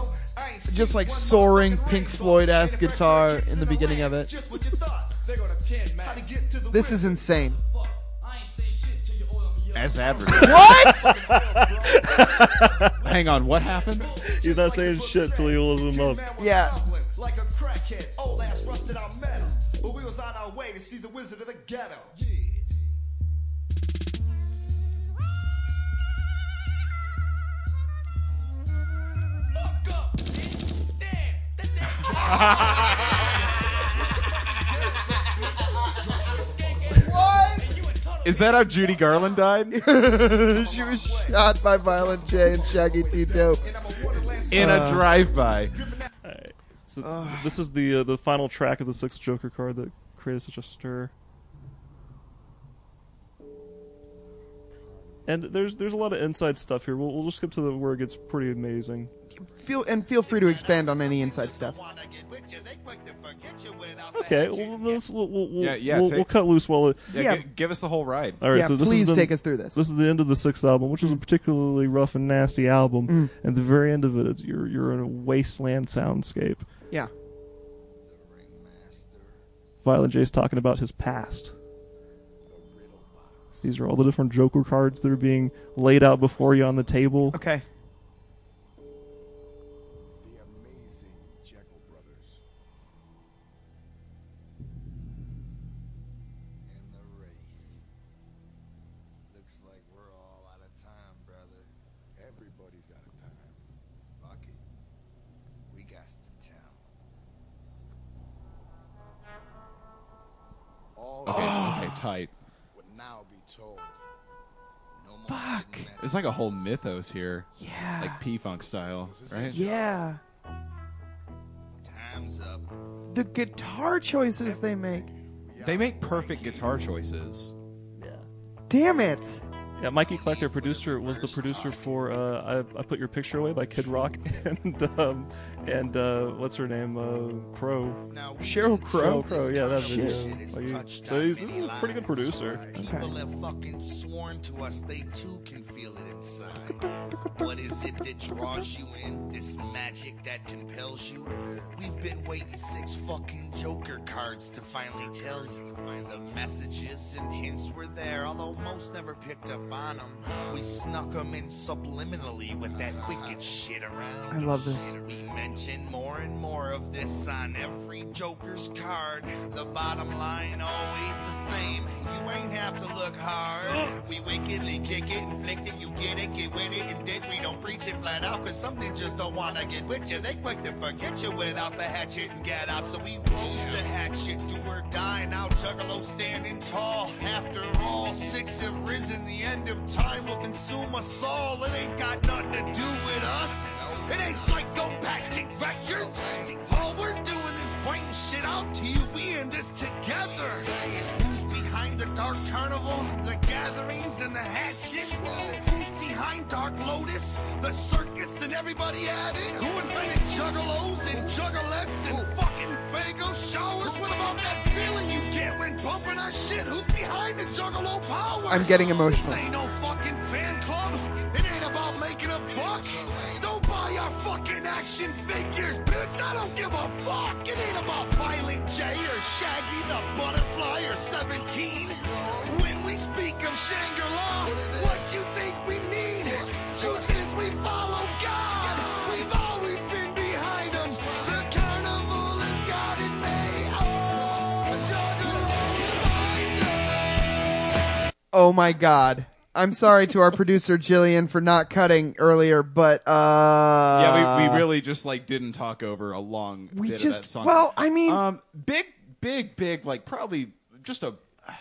[SPEAKER 2] just like soaring Pink Floyd ass guitar in the beginning of it. This is insane.
[SPEAKER 1] As advertised. *laughs*
[SPEAKER 2] What?
[SPEAKER 1] Hang on, what happened?
[SPEAKER 4] He's not saying shit till he rolls him up.
[SPEAKER 2] Yeah.
[SPEAKER 11] Like a crackhead, old ass rusted out metal. But we was on our way to see the Wizard of the Ghetto.
[SPEAKER 1] Is that how Judy Garland died?
[SPEAKER 2] she was shot by Violent J and Shaggy T Dope.
[SPEAKER 1] In a drive-by.
[SPEAKER 4] So this is the uh, the final track of the sixth Joker card that created such a stir. And there's there's a lot of inside stuff here. We'll, we'll just skip to the where it gets pretty amazing.
[SPEAKER 2] Feel and feel free to expand on any inside stuff.
[SPEAKER 4] Okay, well, let's, we'll, we'll, we'll-
[SPEAKER 1] Yeah, yeah,
[SPEAKER 4] we'll,
[SPEAKER 1] take-
[SPEAKER 4] we'll cut loose while it.
[SPEAKER 1] Yeah,
[SPEAKER 2] Yeah.
[SPEAKER 1] gi- give us the whole ride.
[SPEAKER 4] All right,
[SPEAKER 2] yeah,
[SPEAKER 4] so this
[SPEAKER 2] please
[SPEAKER 4] is the,
[SPEAKER 2] take us through this.
[SPEAKER 4] This is the end of the sixth album, which is a particularly rough and nasty album. At the very end of it, it's, you're you're in a wasteland soundscape.
[SPEAKER 2] Yeah.
[SPEAKER 4] Violent J's talking about his past. These are all the different Joker cards that are being laid out before you on the table.
[SPEAKER 2] Okay.
[SPEAKER 11] Looks like we're all out of time, brother. Everybody's out of time. Fuck it. We got to tell. All
[SPEAKER 1] *gasps* Okay,
[SPEAKER 11] that
[SPEAKER 1] okay, tight.
[SPEAKER 11] would now be told. No more Fuck.
[SPEAKER 1] It's like a whole mythos here. Yeah. Like P-Funk style, right?
[SPEAKER 2] Yeah.
[SPEAKER 11] Time's up.
[SPEAKER 2] The guitar choices they make.
[SPEAKER 1] They make perfect guitar choices.
[SPEAKER 2] Damn it.
[SPEAKER 4] Yeah, Mikey Clark, their producer, was the producer for uh, I, I Put Your Picture Away by Kid Rock *laughs* and um, and uh, what's her name? Uh, Crow.
[SPEAKER 11] Now
[SPEAKER 2] Cheryl Crow.
[SPEAKER 4] Cheryl Crow, yeah, that
[SPEAKER 11] Shit.
[SPEAKER 4] video. Like, he- so he's, he's a pretty good producer.
[SPEAKER 11] People have fucking sworn to us they too can feel it inside. What is it that draws you in? This magic that compels you? We've been waiting six fucking Joker cards to finally tell you the messages and hints were there, although most never picked up on them. We snuck them in subliminally with that wicked shit around.
[SPEAKER 2] I love this.
[SPEAKER 11] We mention more and more of this on every Joker's card. The bottom line always the same. You ain't have to
[SPEAKER 2] *gasps*
[SPEAKER 11] look hard. we wickedly kick it, inflict it, you get it, get with it, and dick. We don't preach it flat out, cause some ninjas don't wanna get with you. They quick to forget you without the hatchet and get out. So we rose the hatchet, do or die. Now Juggalo standing tall. After all, six have risen. The end of time will consume us all. It ain't got nothing to do with us. It ain't psychopathic records. All we're doing is pointing carnival, the gatherings and the hatchet. Who's behind Dark Lotus, the circus and everybody at it? Who invented juggalos and juggalettes and fucking fago showers? What about that feeling you get when bumping our shit? Who's behind the juggalo power?
[SPEAKER 2] I'm getting emotional.
[SPEAKER 11] This ain't no fucking fan club. It ain't about making a buck. Don't buy our fucking action figures, bitch. I don't give a fuck. It ain't about Violent J or Shaggy the Butterfly or 17. When we speak of Shangri-La, what you think we mean? Truth is we follow God. We've always been behind them. The carnival has got it made. Oh, juggalos find
[SPEAKER 2] Oh my god. I'm sorry to our producer Jillian for not cutting earlier, but uh
[SPEAKER 1] yeah, we, we really just like didn't talk over a long
[SPEAKER 2] We
[SPEAKER 1] bit
[SPEAKER 2] just-
[SPEAKER 1] of that song.
[SPEAKER 2] well, I mean-
[SPEAKER 1] um, big, big, big, like probably just a uh,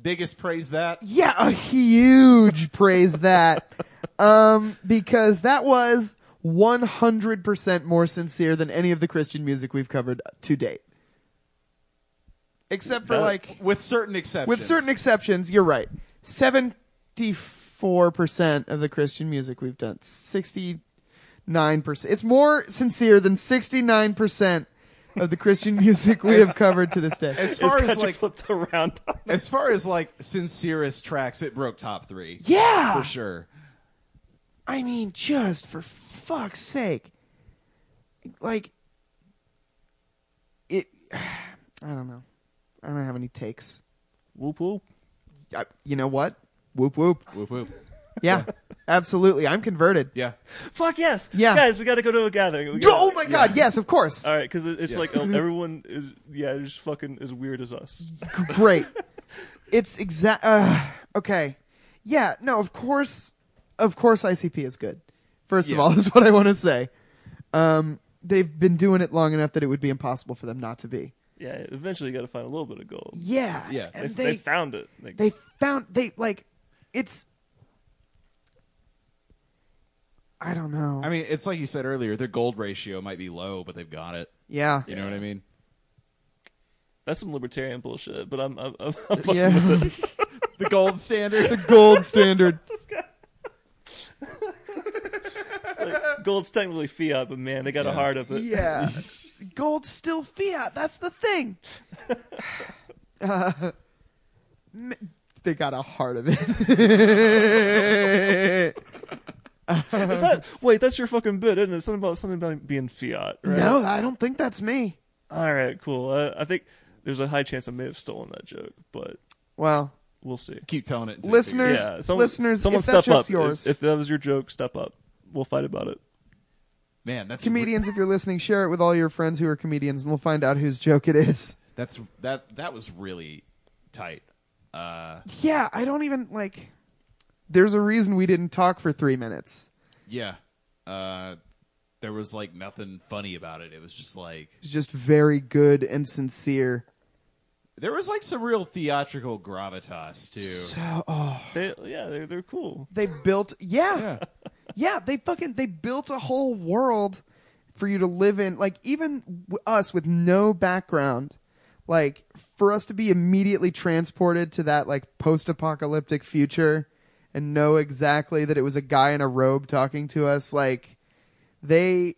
[SPEAKER 1] biggest praise that
[SPEAKER 2] Yeah, a huge praise
[SPEAKER 1] *laughs*
[SPEAKER 2] that. Um because that was 100% more sincere than any of the Christian music we've covered to date. Except for
[SPEAKER 1] That-
[SPEAKER 2] like
[SPEAKER 1] with certain exceptions.
[SPEAKER 2] With certain exceptions, you're right. Seventy-four percent of the Christian music we've done, sixty-nine percent. It's more sincere than sixty-nine percent of the Christian *laughs* music we have covered to this day.
[SPEAKER 1] as far
[SPEAKER 4] It's
[SPEAKER 1] as
[SPEAKER 4] got you
[SPEAKER 1] like
[SPEAKER 4] flipped around.
[SPEAKER 1] as far as like sincerest tracks, it broke top three.
[SPEAKER 2] Yeah!
[SPEAKER 1] for sure.
[SPEAKER 2] I mean, just for fuck's sake, like it. *sighs* I don't know. I don't have any takes.
[SPEAKER 4] Whoop whoop.
[SPEAKER 2] I, you know what? Whoop whoop.
[SPEAKER 1] Whoop whoop.
[SPEAKER 2] Yeah, absolutely. I'm converted.
[SPEAKER 1] Yeah,
[SPEAKER 4] Fuck yes.
[SPEAKER 2] Yeah.
[SPEAKER 4] Guys, we got to go to a gathering. We
[SPEAKER 2] Yo-
[SPEAKER 4] gotta-
[SPEAKER 2] oh my god! Yes, of course.
[SPEAKER 4] All right, because it's
[SPEAKER 1] Yeah.
[SPEAKER 2] *laughs*
[SPEAKER 4] like um, everyone is yeah, just fucking as weird as us.
[SPEAKER 2] great. It's exact. Uh, okay. Yeah. No. Of course. Of course, ICP is good. First of
[SPEAKER 1] Yeah.
[SPEAKER 2] all, *laughs* is what I want to say. Um, they've been doing it long enough that it would be impossible for them not to be.
[SPEAKER 4] Yeah, eventually you got to find a little bit of gold.
[SPEAKER 2] Yeah.
[SPEAKER 1] Yeah.
[SPEAKER 4] They,
[SPEAKER 2] And
[SPEAKER 4] they,
[SPEAKER 2] they
[SPEAKER 4] found it. Like,
[SPEAKER 2] they found they like it's. I don't know.
[SPEAKER 1] I mean, it's like you said earlier, their gold ratio might be low, but they've got it.
[SPEAKER 2] yeah.
[SPEAKER 1] You know what I mean?
[SPEAKER 4] that's some libertarian bullshit. But I'm I'm, I'm, I'm fucking
[SPEAKER 2] Yeah.
[SPEAKER 4] with it.
[SPEAKER 1] The gold
[SPEAKER 2] *laughs*
[SPEAKER 1] standard.
[SPEAKER 2] Gold standard.
[SPEAKER 4] Gold's technically fiat, but man, they got a
[SPEAKER 1] Yeah.
[SPEAKER 4] heart of it.
[SPEAKER 2] *laughs* Yeah. Gold's still fiat. That's the thing. *laughs* Uh, m- they got a heart *laughs* of it.
[SPEAKER 4] Is that wait? That's your fucking bit, isn't it? Something about something about being fiat, right?
[SPEAKER 2] No, I don't think that's me.
[SPEAKER 4] All right, cool. Uh, I think there's a high chance I may have stolen that joke, but
[SPEAKER 2] Well,
[SPEAKER 4] we'll see.
[SPEAKER 1] *laughs* Keep telling it. until you
[SPEAKER 2] Listeners-
[SPEAKER 1] figure it
[SPEAKER 4] Yeah, someone,
[SPEAKER 2] listeners,
[SPEAKER 4] someone
[SPEAKER 2] if that
[SPEAKER 4] step up.
[SPEAKER 2] joke's yours-
[SPEAKER 4] If, if that was your joke, step up. We'll fight about it.
[SPEAKER 1] out. man, that's
[SPEAKER 2] comedians, if you're listening, share it with all your friends who are comedians, and we'll find out whose joke it is.
[SPEAKER 1] That's that. That was really tight. Uh,
[SPEAKER 2] Yeah, I don't even like. There's a reason we didn't talk for three minutes.
[SPEAKER 1] yeah. Uh, there was like nothing funny about it. It was just like
[SPEAKER 2] It's just very good and sincere.
[SPEAKER 1] there was like some real theatrical gravitas too.
[SPEAKER 2] So, oh,
[SPEAKER 4] They, yeah, they're they're cool.
[SPEAKER 2] they built. Yeah. Yeah, they fucking they built a whole world for you to live in. Like even w- us with no background, like for us to be immediately transported to that like post-apocalyptic future and know exactly that it was a guy in a robe talking to us like they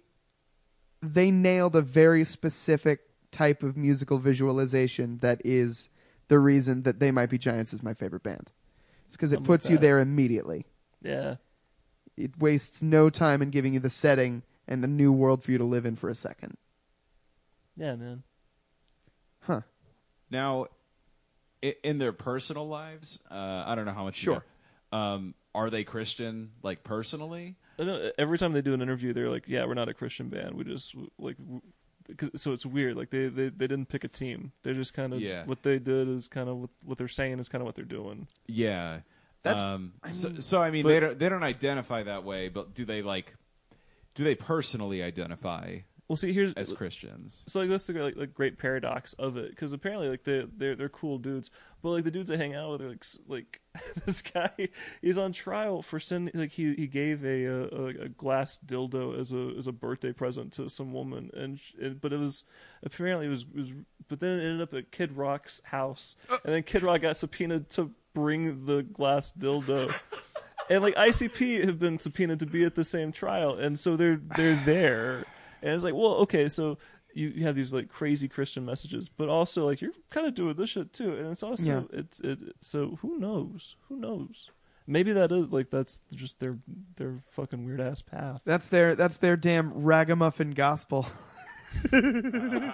[SPEAKER 2] they nailed a very specific type of musical visualization that is the reason that they might be giants is my favorite band. It's cuz it
[SPEAKER 4] I'm with
[SPEAKER 2] puts you
[SPEAKER 4] that.
[SPEAKER 2] there immediately
[SPEAKER 4] Yeah,
[SPEAKER 2] it wastes no time in giving you the setting and a new world for you to live in for a second.
[SPEAKER 4] yeah, man.
[SPEAKER 2] Huh.
[SPEAKER 1] Now, i- in their personal lives, uh, I don't know how much. you
[SPEAKER 2] Sure.
[SPEAKER 1] know. Um, are they Christian, like personally?
[SPEAKER 4] I know, e, every time they do an interview, they're like, "Yeah, we're not a Christian band. We just like." w- 'cause- So it's weird. Like they, they, they didn't pick a team. They're just kind of
[SPEAKER 1] Yeah.
[SPEAKER 4] what they did is kind of what, what they're saying is kind of what they're doing.
[SPEAKER 1] Yeah.
[SPEAKER 2] That's-
[SPEAKER 1] um, so, so I mean,
[SPEAKER 4] but-
[SPEAKER 1] they don't they don't identify that way, but do they like? Do they personally identify
[SPEAKER 4] Well, see, here's
[SPEAKER 1] as Christians.
[SPEAKER 4] So like that's the like, like great paradox of it because apparently like they they're they're cool dudes, but like the dudes I hang out with are like s- like *laughs* this guy he's on trial for sending like he he gave a, a a glass dildo as a as a birthday present to some woman and, sh- and but it was apparently it was it was but then it ended up at Kid Rock's house and then Kid Rock got subpoenaed to bring the glass dildo. And like ICP have been subpoenaed to be at the same trial, and so they're they're there, and it's like, well, okay, so you, you have these like crazy Christian messages, but also like you're kind of doing this shit too, and it's also it's it. So who knows? Who knows? Maybe that is like that's just their their fucking weird ass path.
[SPEAKER 2] That's their that's their damn ragamuffin *laughs* gospel.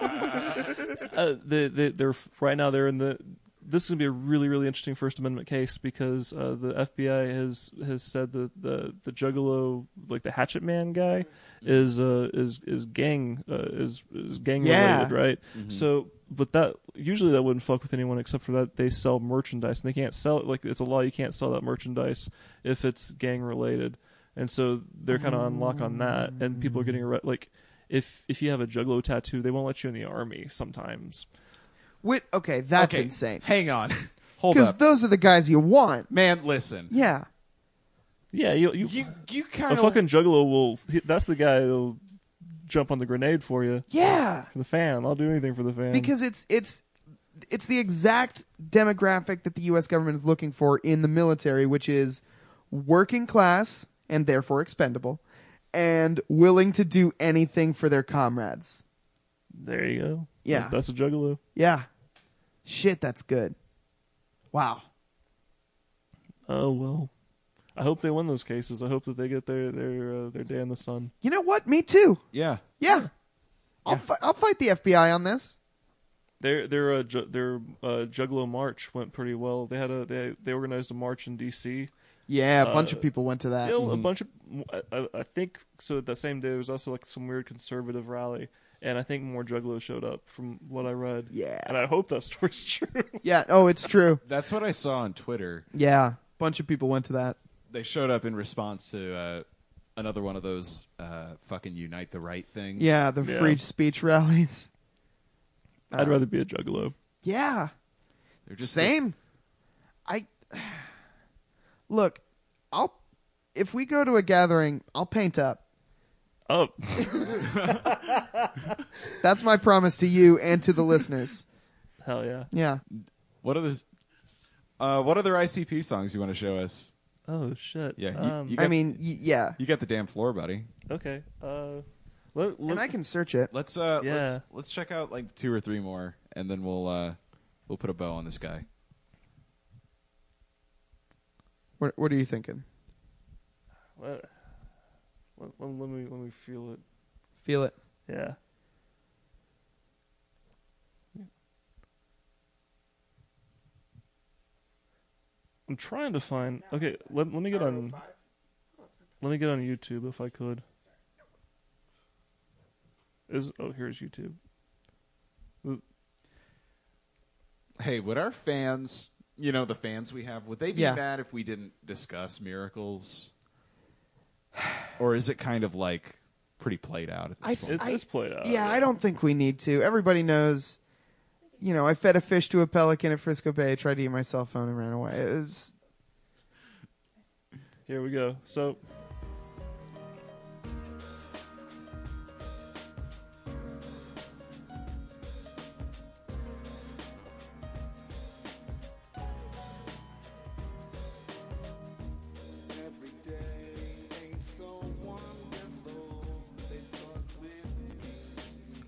[SPEAKER 4] uh, they, they, they're right now they're in the this is going to be a really really interesting first amendment case because uh, the fbi has has said that the the juggalo like the hatchet man guy is uh is is gang uh, is is gang
[SPEAKER 2] Yeah.
[SPEAKER 4] related right
[SPEAKER 2] Mm-hmm.
[SPEAKER 4] so but that usually that wouldn't fuck with anyone except for that they sell merchandise and they can't sell it like it's a law you can't sell that merchandise if it's gang related and so they're kind of on lock on that and people are getting
[SPEAKER 2] Mm.
[SPEAKER 4] arrested like if if you have a juggalo tattoo they won't let you in the army sometimes
[SPEAKER 2] Wait, okay, that's
[SPEAKER 1] Okay,
[SPEAKER 2] insane.
[SPEAKER 1] Hang
[SPEAKER 2] *laughs*
[SPEAKER 1] on, hold
[SPEAKER 2] Because
[SPEAKER 1] up,
[SPEAKER 2] those are the guys you want.
[SPEAKER 1] man. Listen,
[SPEAKER 2] Yeah.
[SPEAKER 4] yeah you you,
[SPEAKER 1] you you
[SPEAKER 4] a
[SPEAKER 1] kind of
[SPEAKER 4] fucking juggalo will he- that's the guy that'll jump on the grenade for you
[SPEAKER 2] Yeah.
[SPEAKER 4] for the fan i'll do anything for the fan
[SPEAKER 2] Because it's it's it's the exact demographic that the US government is looking for in the military, which is working class and therefore expendable and willing to do anything for their comrades.
[SPEAKER 4] there you go
[SPEAKER 2] Yeah.
[SPEAKER 4] that's a juggalo
[SPEAKER 2] Yeah. Shit, that's good. Wow.
[SPEAKER 4] oh well i hope they win those cases i hope that they get their their uh, their day in the sun
[SPEAKER 2] You know what? Me too.
[SPEAKER 1] yeah.
[SPEAKER 2] Yeah. I'll, fi- I'll fight the FBI on this.
[SPEAKER 4] their their uh, ju- their uh, juggalo march went pretty well they had a they they organized a march in dc
[SPEAKER 2] Yeah, a bunch
[SPEAKER 4] Uh,
[SPEAKER 2] of people went to that.
[SPEAKER 4] You know, a bunch of I- I, I think so. That same day there was also like some weird conservative rally, and I think more juggalos showed up from what I read.
[SPEAKER 2] Yeah.
[SPEAKER 4] and I hope that story's *laughs* true.
[SPEAKER 2] Yeah, oh, it's true.
[SPEAKER 1] That's what I saw on Twitter.
[SPEAKER 2] Yeah, bunch of people went to that.
[SPEAKER 1] They showed up in response to uh, another one of those uh, fucking unite the right things.
[SPEAKER 2] Yeah, the
[SPEAKER 4] Yeah.
[SPEAKER 2] free speech *laughs* rallies.
[SPEAKER 4] I'd rather be a juggalo.
[SPEAKER 2] Yeah,
[SPEAKER 1] they're just
[SPEAKER 2] same. I *sighs* look. I'll if we go to a gathering, I'll paint up.
[SPEAKER 4] Oh,
[SPEAKER 2] That's my promise to you and to the listeners.
[SPEAKER 4] hell yeah!
[SPEAKER 2] Yeah.
[SPEAKER 1] What other uh, what other ICP songs you want to show us?
[SPEAKER 4] Oh shit!
[SPEAKER 1] Yeah, you-
[SPEAKER 4] Um,
[SPEAKER 1] you got-
[SPEAKER 2] I mean, y- yeah.
[SPEAKER 1] You got the damn floor, buddy.
[SPEAKER 4] okay. Uh, let, let,
[SPEAKER 2] And I can search it.
[SPEAKER 1] Let's uh
[SPEAKER 4] Yeah.
[SPEAKER 1] let's let's check out like two or three more and then we'll uh we'll put a bow on this guy.
[SPEAKER 2] What, what are you thinking?
[SPEAKER 4] let, uh, let, let me let me feel it.
[SPEAKER 2] Feel it.
[SPEAKER 4] Yeah. I'm trying to find. Okay, let, let me get on. Let me get on YouTube if I could. Is oh here's YouTube.
[SPEAKER 1] Hey, would our fans, you know, the fans we have, would they be
[SPEAKER 2] Yeah.
[SPEAKER 1] mad if we didn't discuss miracles? Or is it kind of like pretty played out at this
[SPEAKER 2] I-
[SPEAKER 1] point?
[SPEAKER 4] It's, it's played out.
[SPEAKER 2] yeah, I don't think we need to. Everybody knows. You know, I fed a fish to a pelican at Frisco Bay, tried to eat my cell phone, and ran away. It was
[SPEAKER 4] Here we go. So.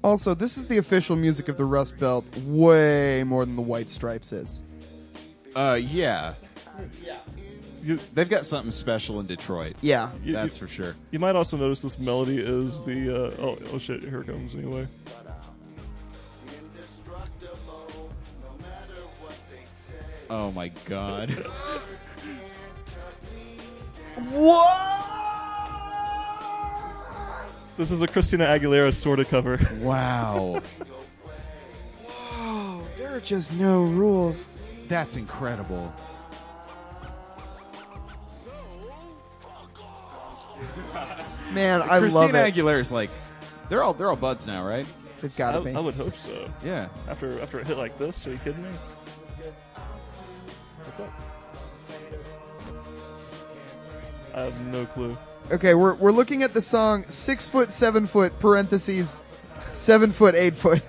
[SPEAKER 2] Also, this is the official music of the Rust Belt way more than the White Stripes is.
[SPEAKER 1] uh yeah. Yeah. They've got something special in Detroit.
[SPEAKER 2] Yeah.
[SPEAKER 4] You-
[SPEAKER 1] That's
[SPEAKER 4] you-
[SPEAKER 1] for sure.
[SPEAKER 4] You might also notice this melody is the uh, oh oh shit here it comes anyway.
[SPEAKER 1] Oh my god.
[SPEAKER 4] This is a Christina Aguilera sort of cover.
[SPEAKER 1] *laughs* wow.
[SPEAKER 2] Oh, there are just no rules.
[SPEAKER 1] That's incredible.
[SPEAKER 2] Man, I
[SPEAKER 1] Christina
[SPEAKER 2] love it.
[SPEAKER 1] Aguilera's like, They're all they're all buds now, right?
[SPEAKER 2] They've got to
[SPEAKER 4] I,
[SPEAKER 2] be.
[SPEAKER 4] I would hope so.
[SPEAKER 1] Yeah.
[SPEAKER 4] After after a hit like this, are you kidding me? What's up? I have no clue.
[SPEAKER 2] Okay, we're we're looking at the song six foot, seven foot, parentheses, seven foot, eight foot,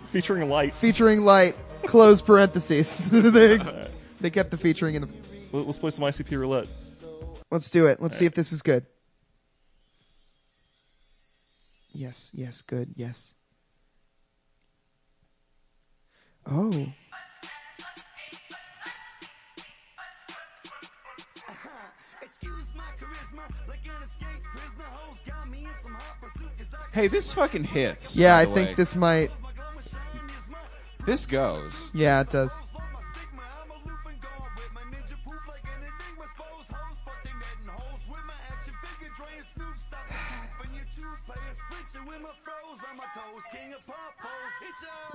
[SPEAKER 2] *laughs*
[SPEAKER 4] Featuring light.
[SPEAKER 2] featuring light, close parentheses. *laughs* they they kept the featuring in the.
[SPEAKER 4] Let- Let's play some ICP roulette.
[SPEAKER 2] Let's do it. Let's see if this is good. Yes, yes, good, yes. Oh.
[SPEAKER 12] Excuse my charisma, like an escaped prisoner. Hoes got me in some hot pursuit 'cause I
[SPEAKER 1] Hey, this fucking hits. by
[SPEAKER 2] Yeah, I
[SPEAKER 1] the way.
[SPEAKER 2] think this might.
[SPEAKER 1] this goes.
[SPEAKER 2] Yeah, it does.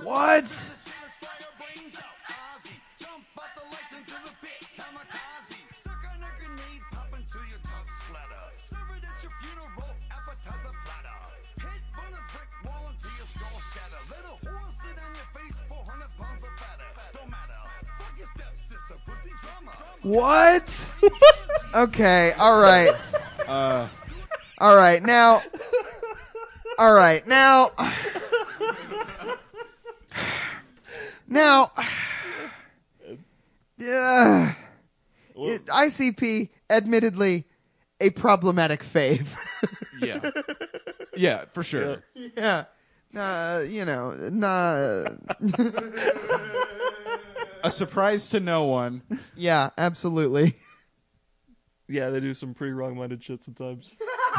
[SPEAKER 12] What?
[SPEAKER 2] What? okay, all right.
[SPEAKER 1] *laughs* Uh,
[SPEAKER 2] All right, now. All right, now. Now. Ugh. *sighs* It- ICP, admittedly, a problematic fave. *laughs*
[SPEAKER 1] yeah. *laughs* Yeah, for sure.
[SPEAKER 2] *laughs* yeah. Nah, you know, nah.
[SPEAKER 1] A surprise to no one.
[SPEAKER 2] yeah, absolutely. *laughs*
[SPEAKER 4] Yeah, they do some pretty wrong-minded shit sometimes. *laughs*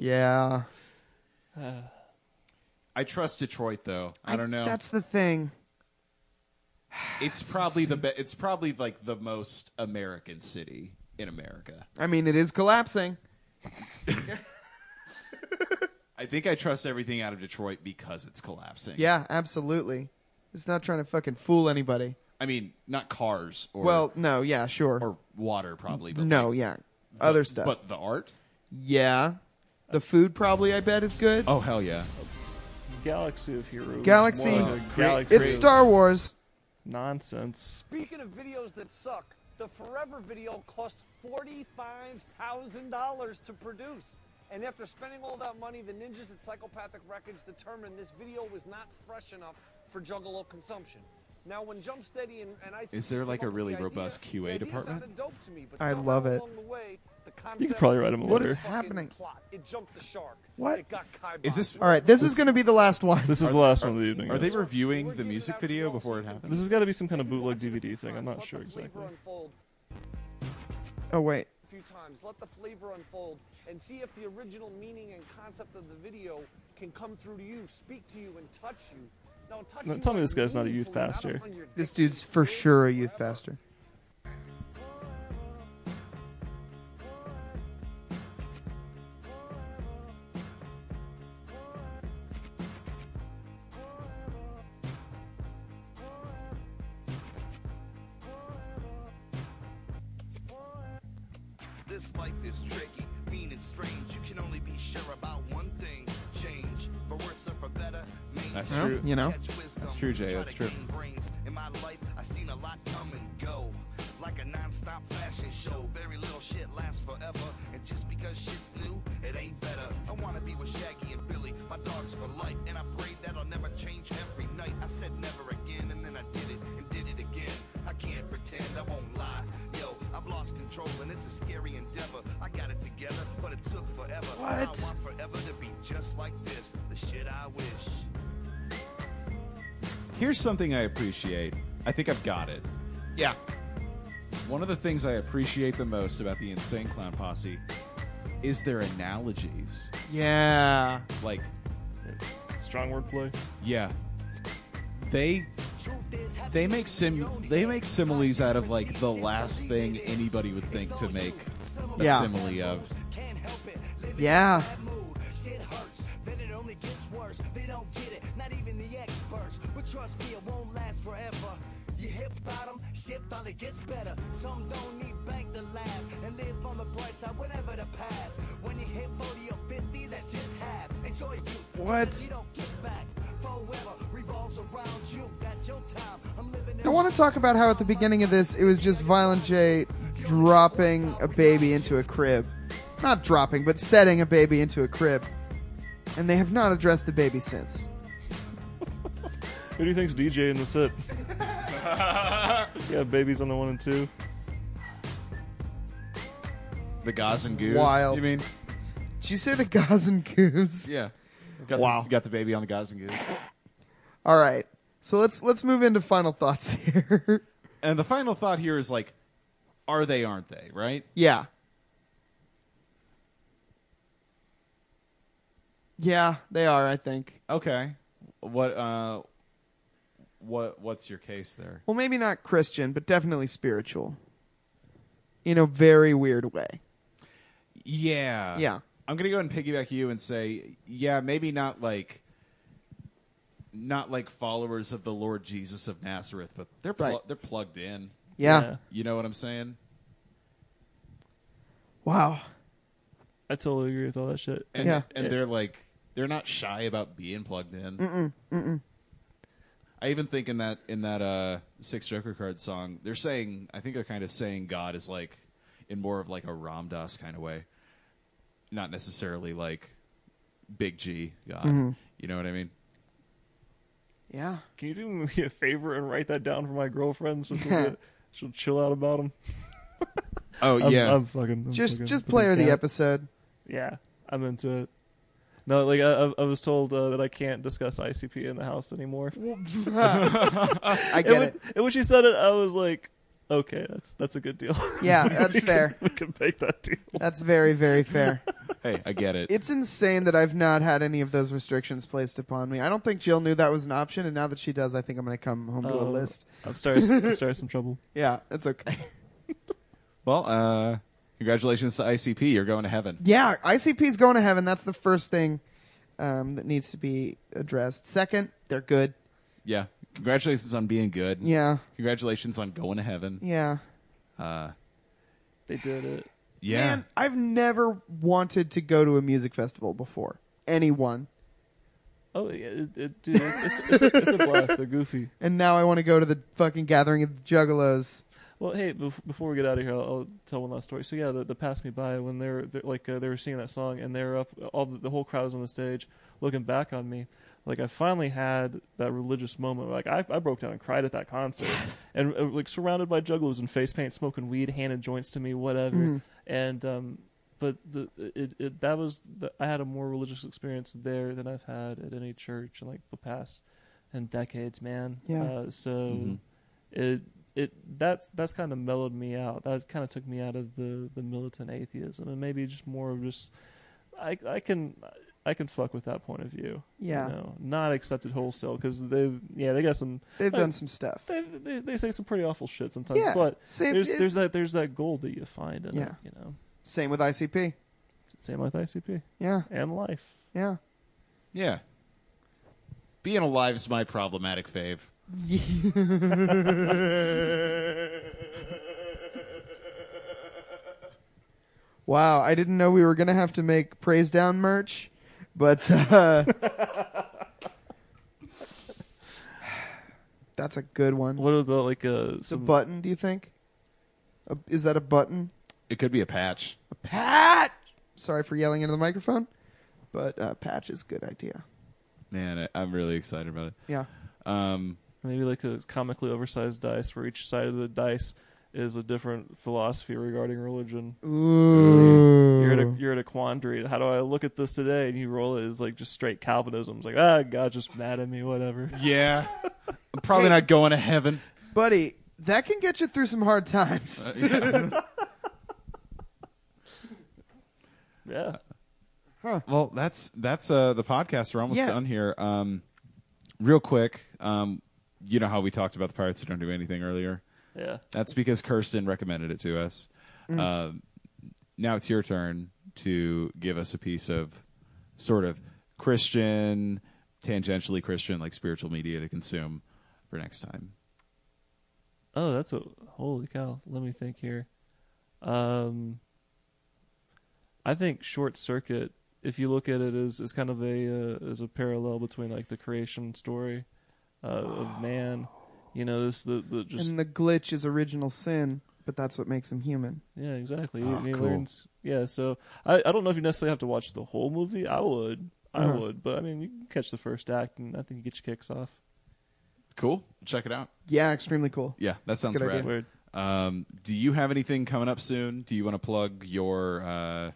[SPEAKER 2] Yeah.
[SPEAKER 1] I trust Detroit though. I, don't know.
[SPEAKER 2] That's the thing.
[SPEAKER 1] it's probably the be- it's probably like the most American city in America.
[SPEAKER 2] I mean, it is collapsing.
[SPEAKER 1] I think I trust everything out of Detroit because it's collapsing.
[SPEAKER 2] Yeah, absolutely. It's not trying to fucking fool anybody.
[SPEAKER 1] I mean, not cars or
[SPEAKER 2] well, no, yeah, sure.
[SPEAKER 1] or water probably, but
[SPEAKER 2] no,
[SPEAKER 1] like,
[SPEAKER 2] yeah. Other
[SPEAKER 1] but-
[SPEAKER 2] stuff.
[SPEAKER 1] But the art?
[SPEAKER 2] yeah. The food probably I bet is good.
[SPEAKER 1] Oh hell yeah.
[SPEAKER 4] Galaxy of Heroes.
[SPEAKER 2] Galaxy-
[SPEAKER 4] What a
[SPEAKER 2] Wow.
[SPEAKER 4] Galaxy.
[SPEAKER 2] it's Star Wars.
[SPEAKER 4] nonsense.
[SPEAKER 12] Speaking of videos that suck, the Forever video cost $45,000 to produce. And after spending all that money, the ninjas at Psychopathic Records determined this video was not fresh enough for Juggalo consumption. Now, when Jump Steady and, and I
[SPEAKER 1] Is there, like, a really robust QA department?
[SPEAKER 12] Dope to me, but
[SPEAKER 2] I
[SPEAKER 12] somehow
[SPEAKER 2] love it.
[SPEAKER 12] along the way,
[SPEAKER 4] You
[SPEAKER 12] the
[SPEAKER 4] could
[SPEAKER 12] concept
[SPEAKER 4] probably write him a
[SPEAKER 2] What
[SPEAKER 4] letter.
[SPEAKER 2] is
[SPEAKER 12] fucking
[SPEAKER 2] happening?
[SPEAKER 12] Plot. It jumped the shark.
[SPEAKER 2] What?
[SPEAKER 12] It got Kai
[SPEAKER 1] Is
[SPEAKER 12] Bock.
[SPEAKER 1] this-
[SPEAKER 2] All right, this is going to be the last one.
[SPEAKER 4] This is the last one of the evening.
[SPEAKER 1] Are they
[SPEAKER 4] yes.
[SPEAKER 1] reviewing the music video before it happens?
[SPEAKER 4] This has got to be some kind of bootleg DVD thing. I'm not sure exactly.
[SPEAKER 2] *laughs* Oh wait.
[SPEAKER 12] a few times. Let the flavor unfold and see if the original meaning and concept of the video can come through to you, speak to you, and touch you. Now, touch
[SPEAKER 4] No,
[SPEAKER 12] you
[SPEAKER 4] tell me
[SPEAKER 12] like
[SPEAKER 4] this guy's not a youth
[SPEAKER 12] meaningfully, not
[SPEAKER 4] pastor.
[SPEAKER 12] on your
[SPEAKER 2] This
[SPEAKER 12] dick
[SPEAKER 2] dude's for
[SPEAKER 12] pic
[SPEAKER 2] sure a youth
[SPEAKER 12] forever.
[SPEAKER 2] pastor.
[SPEAKER 11] This life is tricky, mean and strange. You can only be sure about one thing change. For worse or for better,
[SPEAKER 1] That's
[SPEAKER 11] maintain.
[SPEAKER 1] true.
[SPEAKER 2] You know?
[SPEAKER 11] Catch wisdom,
[SPEAKER 1] That's true, Jay,
[SPEAKER 11] try
[SPEAKER 1] that's
[SPEAKER 11] to
[SPEAKER 1] true.
[SPEAKER 11] gain brains. In my life, I seen a lot come and go. Like a non-stop fashion show. Very little shit lasts forever. And just because shit's new, it ain't better. I wanna be with Shaggy and Billy, my dogs for life. And I pray that I'll never change every night. I said never again, and then I did it and did it again. I can't pretend, I won't lie. Yo, I've lost control and it's a scary endeavor. I got it together, but it took forever. I
[SPEAKER 2] What?
[SPEAKER 11] want forever to be just like this. The shit I wish.
[SPEAKER 1] Here's something I appreciate. I think I've got it.
[SPEAKER 2] Yeah.
[SPEAKER 1] One of the things I appreciate the most about the Insane Clown Posse is their analogies.
[SPEAKER 2] Yeah.
[SPEAKER 1] Like,
[SPEAKER 4] Strong wordplay.
[SPEAKER 1] yeah, they they make sim they make similes out of like the last thing anybody would think to make a
[SPEAKER 2] Yeah.
[SPEAKER 1] simile of.
[SPEAKER 2] Yeah.
[SPEAKER 13] you hip bottom, shit finally gets better. Some don't need bank to laugh and live on the bright side, whatever the path. When you hit 40 or 50, that's just half. Enjoy you.
[SPEAKER 2] What?
[SPEAKER 13] You don't get back. Forever revolves around you. That's your time. I'm living
[SPEAKER 2] I want to talk about how at the beginning of this it was just Violent J dropping a baby into a crib. Not dropping, but setting a baby into a crib. And they have not addressed the baby since.
[SPEAKER 4] Who do you think's DJ in the set? yeah, babies on the one and two.
[SPEAKER 1] The Gaz and Goose.
[SPEAKER 2] Wild.
[SPEAKER 1] You mean?
[SPEAKER 2] Did you say the Gaz and Goose?
[SPEAKER 1] Yeah. Got
[SPEAKER 2] Wow.
[SPEAKER 1] The, got the baby on the Gaz and Goose.
[SPEAKER 2] All right. So let's let's move into final thoughts *laughs* here.
[SPEAKER 1] and the final thought here is like, are they? Aren't they? Right?
[SPEAKER 2] yeah. Yeah, they are. I think.
[SPEAKER 1] Okay. What? Uh, what? What's your case there?
[SPEAKER 2] Well, maybe not Christian, but definitely spiritual. In a very weird way.
[SPEAKER 1] Yeah.
[SPEAKER 2] Yeah.
[SPEAKER 1] I'm gonna go ahead and piggyback you and say, yeah, maybe not like not like followers of the Lord Jesus of Nazareth, but they're plu-
[SPEAKER 2] Right.
[SPEAKER 1] they're plugged in.
[SPEAKER 2] Yeah. Yeah.
[SPEAKER 1] You know what I'm saying?
[SPEAKER 2] Wow.
[SPEAKER 4] I totally agree with all that shit.
[SPEAKER 1] And and they're like they're not shy about being plugged in.
[SPEAKER 2] Mm-mm. Mm-mm.
[SPEAKER 1] I even think in that in that uh Six Joker card song, they're saying I think they're kind of saying God is like in more of like a Ram Dass kind of way. Not necessarily like big G God.
[SPEAKER 2] Mhm.
[SPEAKER 1] You know what I mean?
[SPEAKER 2] Yeah.
[SPEAKER 4] Can you do me a favor and write that down for my girlfriend so she'll, get, she'll chill out about him?
[SPEAKER 1] Oh,
[SPEAKER 4] I'm-
[SPEAKER 1] yeah.
[SPEAKER 4] I'm fucking. I'm
[SPEAKER 2] Just
[SPEAKER 4] fucking-
[SPEAKER 2] just play her the
[SPEAKER 4] yeah.
[SPEAKER 2] episode.
[SPEAKER 4] Yeah, I'm into it. No, like I, I- I was told uh, that I can't discuss ICP in the house anymore.
[SPEAKER 2] I
[SPEAKER 4] And
[SPEAKER 2] get
[SPEAKER 4] when-
[SPEAKER 2] it.
[SPEAKER 4] And when she said it, I was like, "Okay, that's that's a good deal."
[SPEAKER 2] *laughs* Yeah,
[SPEAKER 4] *laughs* We
[SPEAKER 2] that's
[SPEAKER 4] can-
[SPEAKER 2] fair.
[SPEAKER 4] we can make that deal.
[SPEAKER 2] That's very very fair. *laughs*
[SPEAKER 1] Hey, I get it.
[SPEAKER 2] It's insane that I've not had any of those restrictions placed upon me. I don't think Jill knew that was an option, and now that she does, I think I'm going to come home to a
[SPEAKER 4] Oh,
[SPEAKER 2] list.
[SPEAKER 4] I'm starting. I'm starting some trouble.
[SPEAKER 2] Yeah, that's okay.
[SPEAKER 1] Well, uh, congratulations to ICP. You're going to heaven.
[SPEAKER 2] *laughs* Yeah, ICP's going to heaven. That's the first thing um, that needs to be addressed. Second, they're good.
[SPEAKER 1] Yeah. Congratulations on being good.
[SPEAKER 2] Yeah.
[SPEAKER 1] Congratulations on going to heaven.
[SPEAKER 2] Yeah.
[SPEAKER 1] Uh,
[SPEAKER 4] They did it.
[SPEAKER 1] yeah.
[SPEAKER 2] Man, I've never wanted to go to a music festival before. Anyone.
[SPEAKER 4] Oh, yeah, it, it, dude, it's, it's, a, it's a blast. They're goofy.
[SPEAKER 2] And now I want to go to the fucking gathering of the juggalos.
[SPEAKER 4] Well, hey, bef- before we get out of here, I'll, I'll tell one last story. So yeah, the, the pass me by when they're, they're like uh, they were singing that song and they're up, all the, the whole crowd was on the stage looking back on me. Like I finally had that religious moment. Like I, I broke down and cried at that concert, and uh, like surrounded by jugglers in face paint, smoking weed, handing joints to me, whatever.
[SPEAKER 2] Mm.
[SPEAKER 4] And um, but the it, it that was the, I had a more religious experience there than I've had at any church in like the past and decades, man.
[SPEAKER 2] Yeah.
[SPEAKER 4] Uh, so
[SPEAKER 1] Mhm.
[SPEAKER 4] it it that's that's kind of mellowed me out. That kind of took me out of the the militant atheism and maybe just more of just I I can I can fuck with that point of view.
[SPEAKER 2] Yeah.
[SPEAKER 4] You know? Not accepted wholesale because they've yeah they got some
[SPEAKER 2] They've
[SPEAKER 4] like,
[SPEAKER 2] done some stuff.
[SPEAKER 4] They, they they say some pretty awful shit sometimes.
[SPEAKER 2] Yeah.
[SPEAKER 4] But
[SPEAKER 2] Same-
[SPEAKER 4] there's
[SPEAKER 2] it's-
[SPEAKER 4] there's that there's that gold that you find in
[SPEAKER 2] Yeah.
[SPEAKER 4] it. You know.
[SPEAKER 2] Same with ICP.
[SPEAKER 4] Same with ICP.
[SPEAKER 2] Yeah.
[SPEAKER 4] And life.
[SPEAKER 2] Yeah.
[SPEAKER 1] yeah. Being alive's my problematic fave.
[SPEAKER 2] Wow, I didn't know we were gonna have to make praise down merch, but uh, that's a good one.
[SPEAKER 4] What about like uh, a
[SPEAKER 2] It's a
[SPEAKER 4] some,
[SPEAKER 2] button. Do you think? A, is that a button?
[SPEAKER 1] It could be a patch.
[SPEAKER 2] Patch. Sorry for yelling into the microphone, but uh, patch is a good idea.
[SPEAKER 1] Man, I, I'm really excited about it.
[SPEAKER 2] Yeah.
[SPEAKER 1] Um,
[SPEAKER 4] maybe like a comically oversized dice where each side of the dice is a different philosophy regarding religion.
[SPEAKER 2] Ooh.
[SPEAKER 4] You're at a you're at a quandary. How do I look at this today? And you roll it as like just straight Calvinism. It's like ah, God just mad at me, whatever. *laughs*
[SPEAKER 1] yeah. I'm probably not going to heaven.
[SPEAKER 2] Buddy, that can get you through some hard times.
[SPEAKER 4] Yeah.
[SPEAKER 1] Well, that's that's uh, the podcast. We're almost
[SPEAKER 2] Yeah.
[SPEAKER 1] done here. Um, real quick, um, you know how we talked about the pirates who don't do anything earlier.
[SPEAKER 4] Yeah.
[SPEAKER 1] That's because Kirsten recommended it to us.
[SPEAKER 4] Mm.
[SPEAKER 1] Um, now it's your turn to give us a piece of sort of Christian, tangentially Christian, like spiritual media to consume for next time.
[SPEAKER 4] Oh, that's a holy cow. Let me think here. Um, I think Short Circuit, if you look at it as is kind of a uh, as a parallel between like the creation story uh, of man, you know, this the the just
[SPEAKER 2] and the glitch is original sin, but that's what makes him human.
[SPEAKER 4] yeah, exactly.
[SPEAKER 2] Oh,
[SPEAKER 4] he, he
[SPEAKER 2] cool.
[SPEAKER 4] learns. Yeah, so I I don't know if you necessarily have to watch the whole movie. I would. I
[SPEAKER 2] Uh-huh.
[SPEAKER 4] would, but I mean, you can catch the first act, and I think you get your kicks off.
[SPEAKER 1] Cool. Check it out.
[SPEAKER 2] Yeah, extremely cool.
[SPEAKER 1] Yeah, that sounds
[SPEAKER 2] Good
[SPEAKER 1] rad.
[SPEAKER 2] idea.
[SPEAKER 1] Um, do you have anything coming up soon? Do you want to plug your, uh,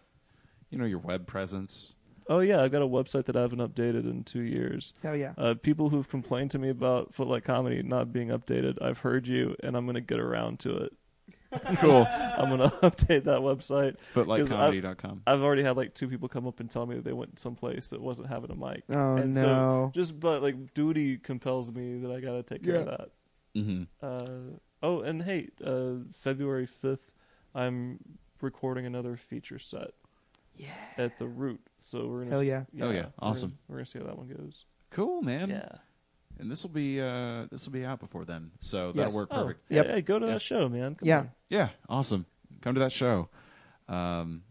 [SPEAKER 1] you know, your web
[SPEAKER 4] *laughs*
[SPEAKER 1] presence?
[SPEAKER 4] Oh yeah, I've got a website that I haven't updated in two years.
[SPEAKER 2] Hell yeah.
[SPEAKER 4] Uh, people who've complained to me about Footlight Comedy not being updated, I've heard you, and I'm gonna get around to it.
[SPEAKER 1] Cool.
[SPEAKER 4] I'm gonna *laughs* update that website. 'cause I've-
[SPEAKER 1] Footlightcomedy.com.
[SPEAKER 4] I've already had like two people come up and tell me that they went someplace that wasn't having a mic.
[SPEAKER 2] Oh,
[SPEAKER 4] and
[SPEAKER 2] no.
[SPEAKER 4] So just but like duty compels me that I gotta take care of
[SPEAKER 2] Yeah.
[SPEAKER 4] that.
[SPEAKER 1] Mhm.
[SPEAKER 4] Uh, oh, and hey, uh, February fifth, I'm recording another feature set.
[SPEAKER 2] Yeah.
[SPEAKER 4] At the root, so we're gonna.
[SPEAKER 2] Hell
[SPEAKER 4] s-
[SPEAKER 2] yeah.
[SPEAKER 1] Oh, yeah.
[SPEAKER 4] we're gonna-
[SPEAKER 1] Awesome.
[SPEAKER 4] we're gonna see how that one goes.
[SPEAKER 1] Cool, man.
[SPEAKER 4] Yeah.
[SPEAKER 1] And this will be uh, this will be out before then, so
[SPEAKER 4] Yes.
[SPEAKER 1] that'll work
[SPEAKER 4] Oh,
[SPEAKER 1] perfect.
[SPEAKER 4] yeah, Yep. yeah, go to that show, man. Come
[SPEAKER 2] Yeah.
[SPEAKER 4] on.
[SPEAKER 1] Yeah, awesome. Come to that show. Um,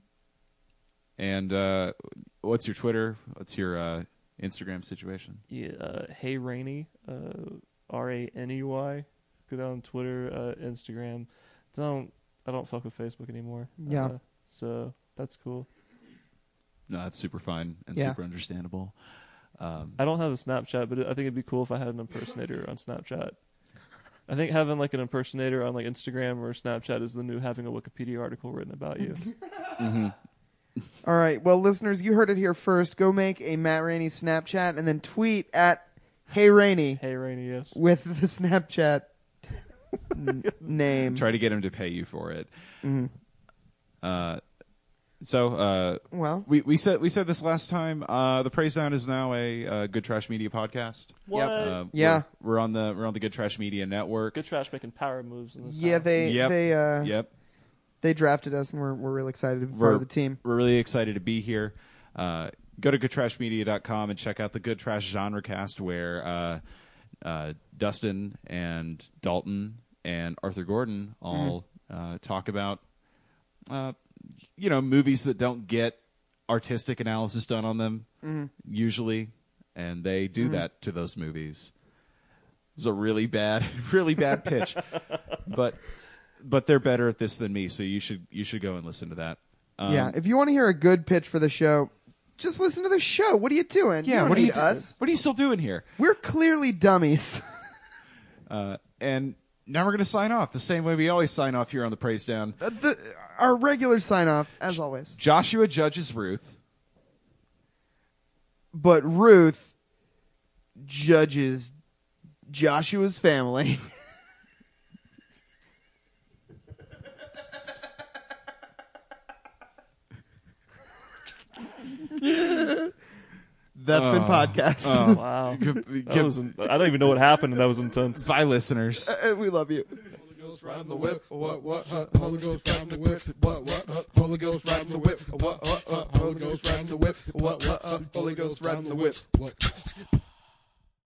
[SPEAKER 1] and uh, what's your Twitter? What's your uh, Instagram situation?
[SPEAKER 4] Yeah, uh, hey Rainy, uh, R A N E Y. Go down on Twitter, uh, Instagram. Don't I don't fuck with Facebook anymore.
[SPEAKER 2] Yeah.
[SPEAKER 4] Uh, so that's cool.
[SPEAKER 1] No, that's super fun and
[SPEAKER 4] Yeah.
[SPEAKER 1] super understandable. Um,
[SPEAKER 4] I don't have a Snapchat, but I think it'd be cool if I had an impersonator on Snapchat. I think having like an impersonator on like Instagram or Snapchat is the new having a Wikipedia article written
[SPEAKER 2] *laughs*
[SPEAKER 4] about you.
[SPEAKER 2] All right. Well, listeners, you heard it here first. Go make a Matt Rainey Snapchat and then tweet at Hey Rainey.
[SPEAKER 4] Hey Rainey, yes.
[SPEAKER 2] With the Snapchat n- name.
[SPEAKER 1] Try to get him to pay you for it.
[SPEAKER 2] Mhm.
[SPEAKER 1] Uh, so uh,
[SPEAKER 2] Well.
[SPEAKER 1] we, we said we said this last time. Uh, the praise down is now a uh, good trash media podcast.
[SPEAKER 4] What?
[SPEAKER 1] Uh,
[SPEAKER 2] Yeah.
[SPEAKER 1] we're, we're on the we're on the good trash media network.
[SPEAKER 4] Good trash making power moves in this.
[SPEAKER 2] Yeah,
[SPEAKER 4] house.
[SPEAKER 2] they
[SPEAKER 1] Yep.
[SPEAKER 2] they uh
[SPEAKER 1] Yep.
[SPEAKER 2] they drafted us and we're we're real excited to be part
[SPEAKER 1] we're
[SPEAKER 2] of the team.
[SPEAKER 1] We're really excited to be here. Uh, go to goodtrashmedia.com and check out the Good Trash Genre Cast, where uh, uh, Dustin and Dalton and Arthur Gordon all
[SPEAKER 2] Mm-hmm.
[SPEAKER 1] uh, talk about uh, you know movies that don't get artistic analysis done on them
[SPEAKER 2] Mhm.
[SPEAKER 1] usually, and they do
[SPEAKER 2] Mhm.
[SPEAKER 1] that to those movies. It was a really bad, *laughs* really bad
[SPEAKER 2] *laughs*
[SPEAKER 1] pitch, but but they're better at this than me, so you should you should go and listen to that. Um,
[SPEAKER 2] yeah. If you want to hear a good pitch for the show, just listen to the show. What are you doing?
[SPEAKER 1] Yeah,
[SPEAKER 2] You don't
[SPEAKER 1] what are you
[SPEAKER 2] need
[SPEAKER 1] do-
[SPEAKER 2] us?
[SPEAKER 1] What are you still doing here?
[SPEAKER 2] We're clearly dummies. *laughs*
[SPEAKER 1] Uh, and now we're going to sign off the same way we always sign off here on the Praise Down.
[SPEAKER 2] Uh, the, our regular sign off, as always.
[SPEAKER 1] Joshua judges Ruth.
[SPEAKER 2] But Ruth judges Joshua's family. *laughs* That's been podcast.
[SPEAKER 4] Oh, wow. That was, I don't even know what happened, and that was intense.
[SPEAKER 1] Bye, listeners.
[SPEAKER 2] Uh, *laughs* we love you.
[SPEAKER 14] riding the whip. What what? Huh? Holy Ghost riding the whip. What what? uh, Huh? Holy Ghost riding the uh, whip. What what? Huh? Holy Ghost riding the whip. What what? Huh? Holy Ghost riding the whip. What?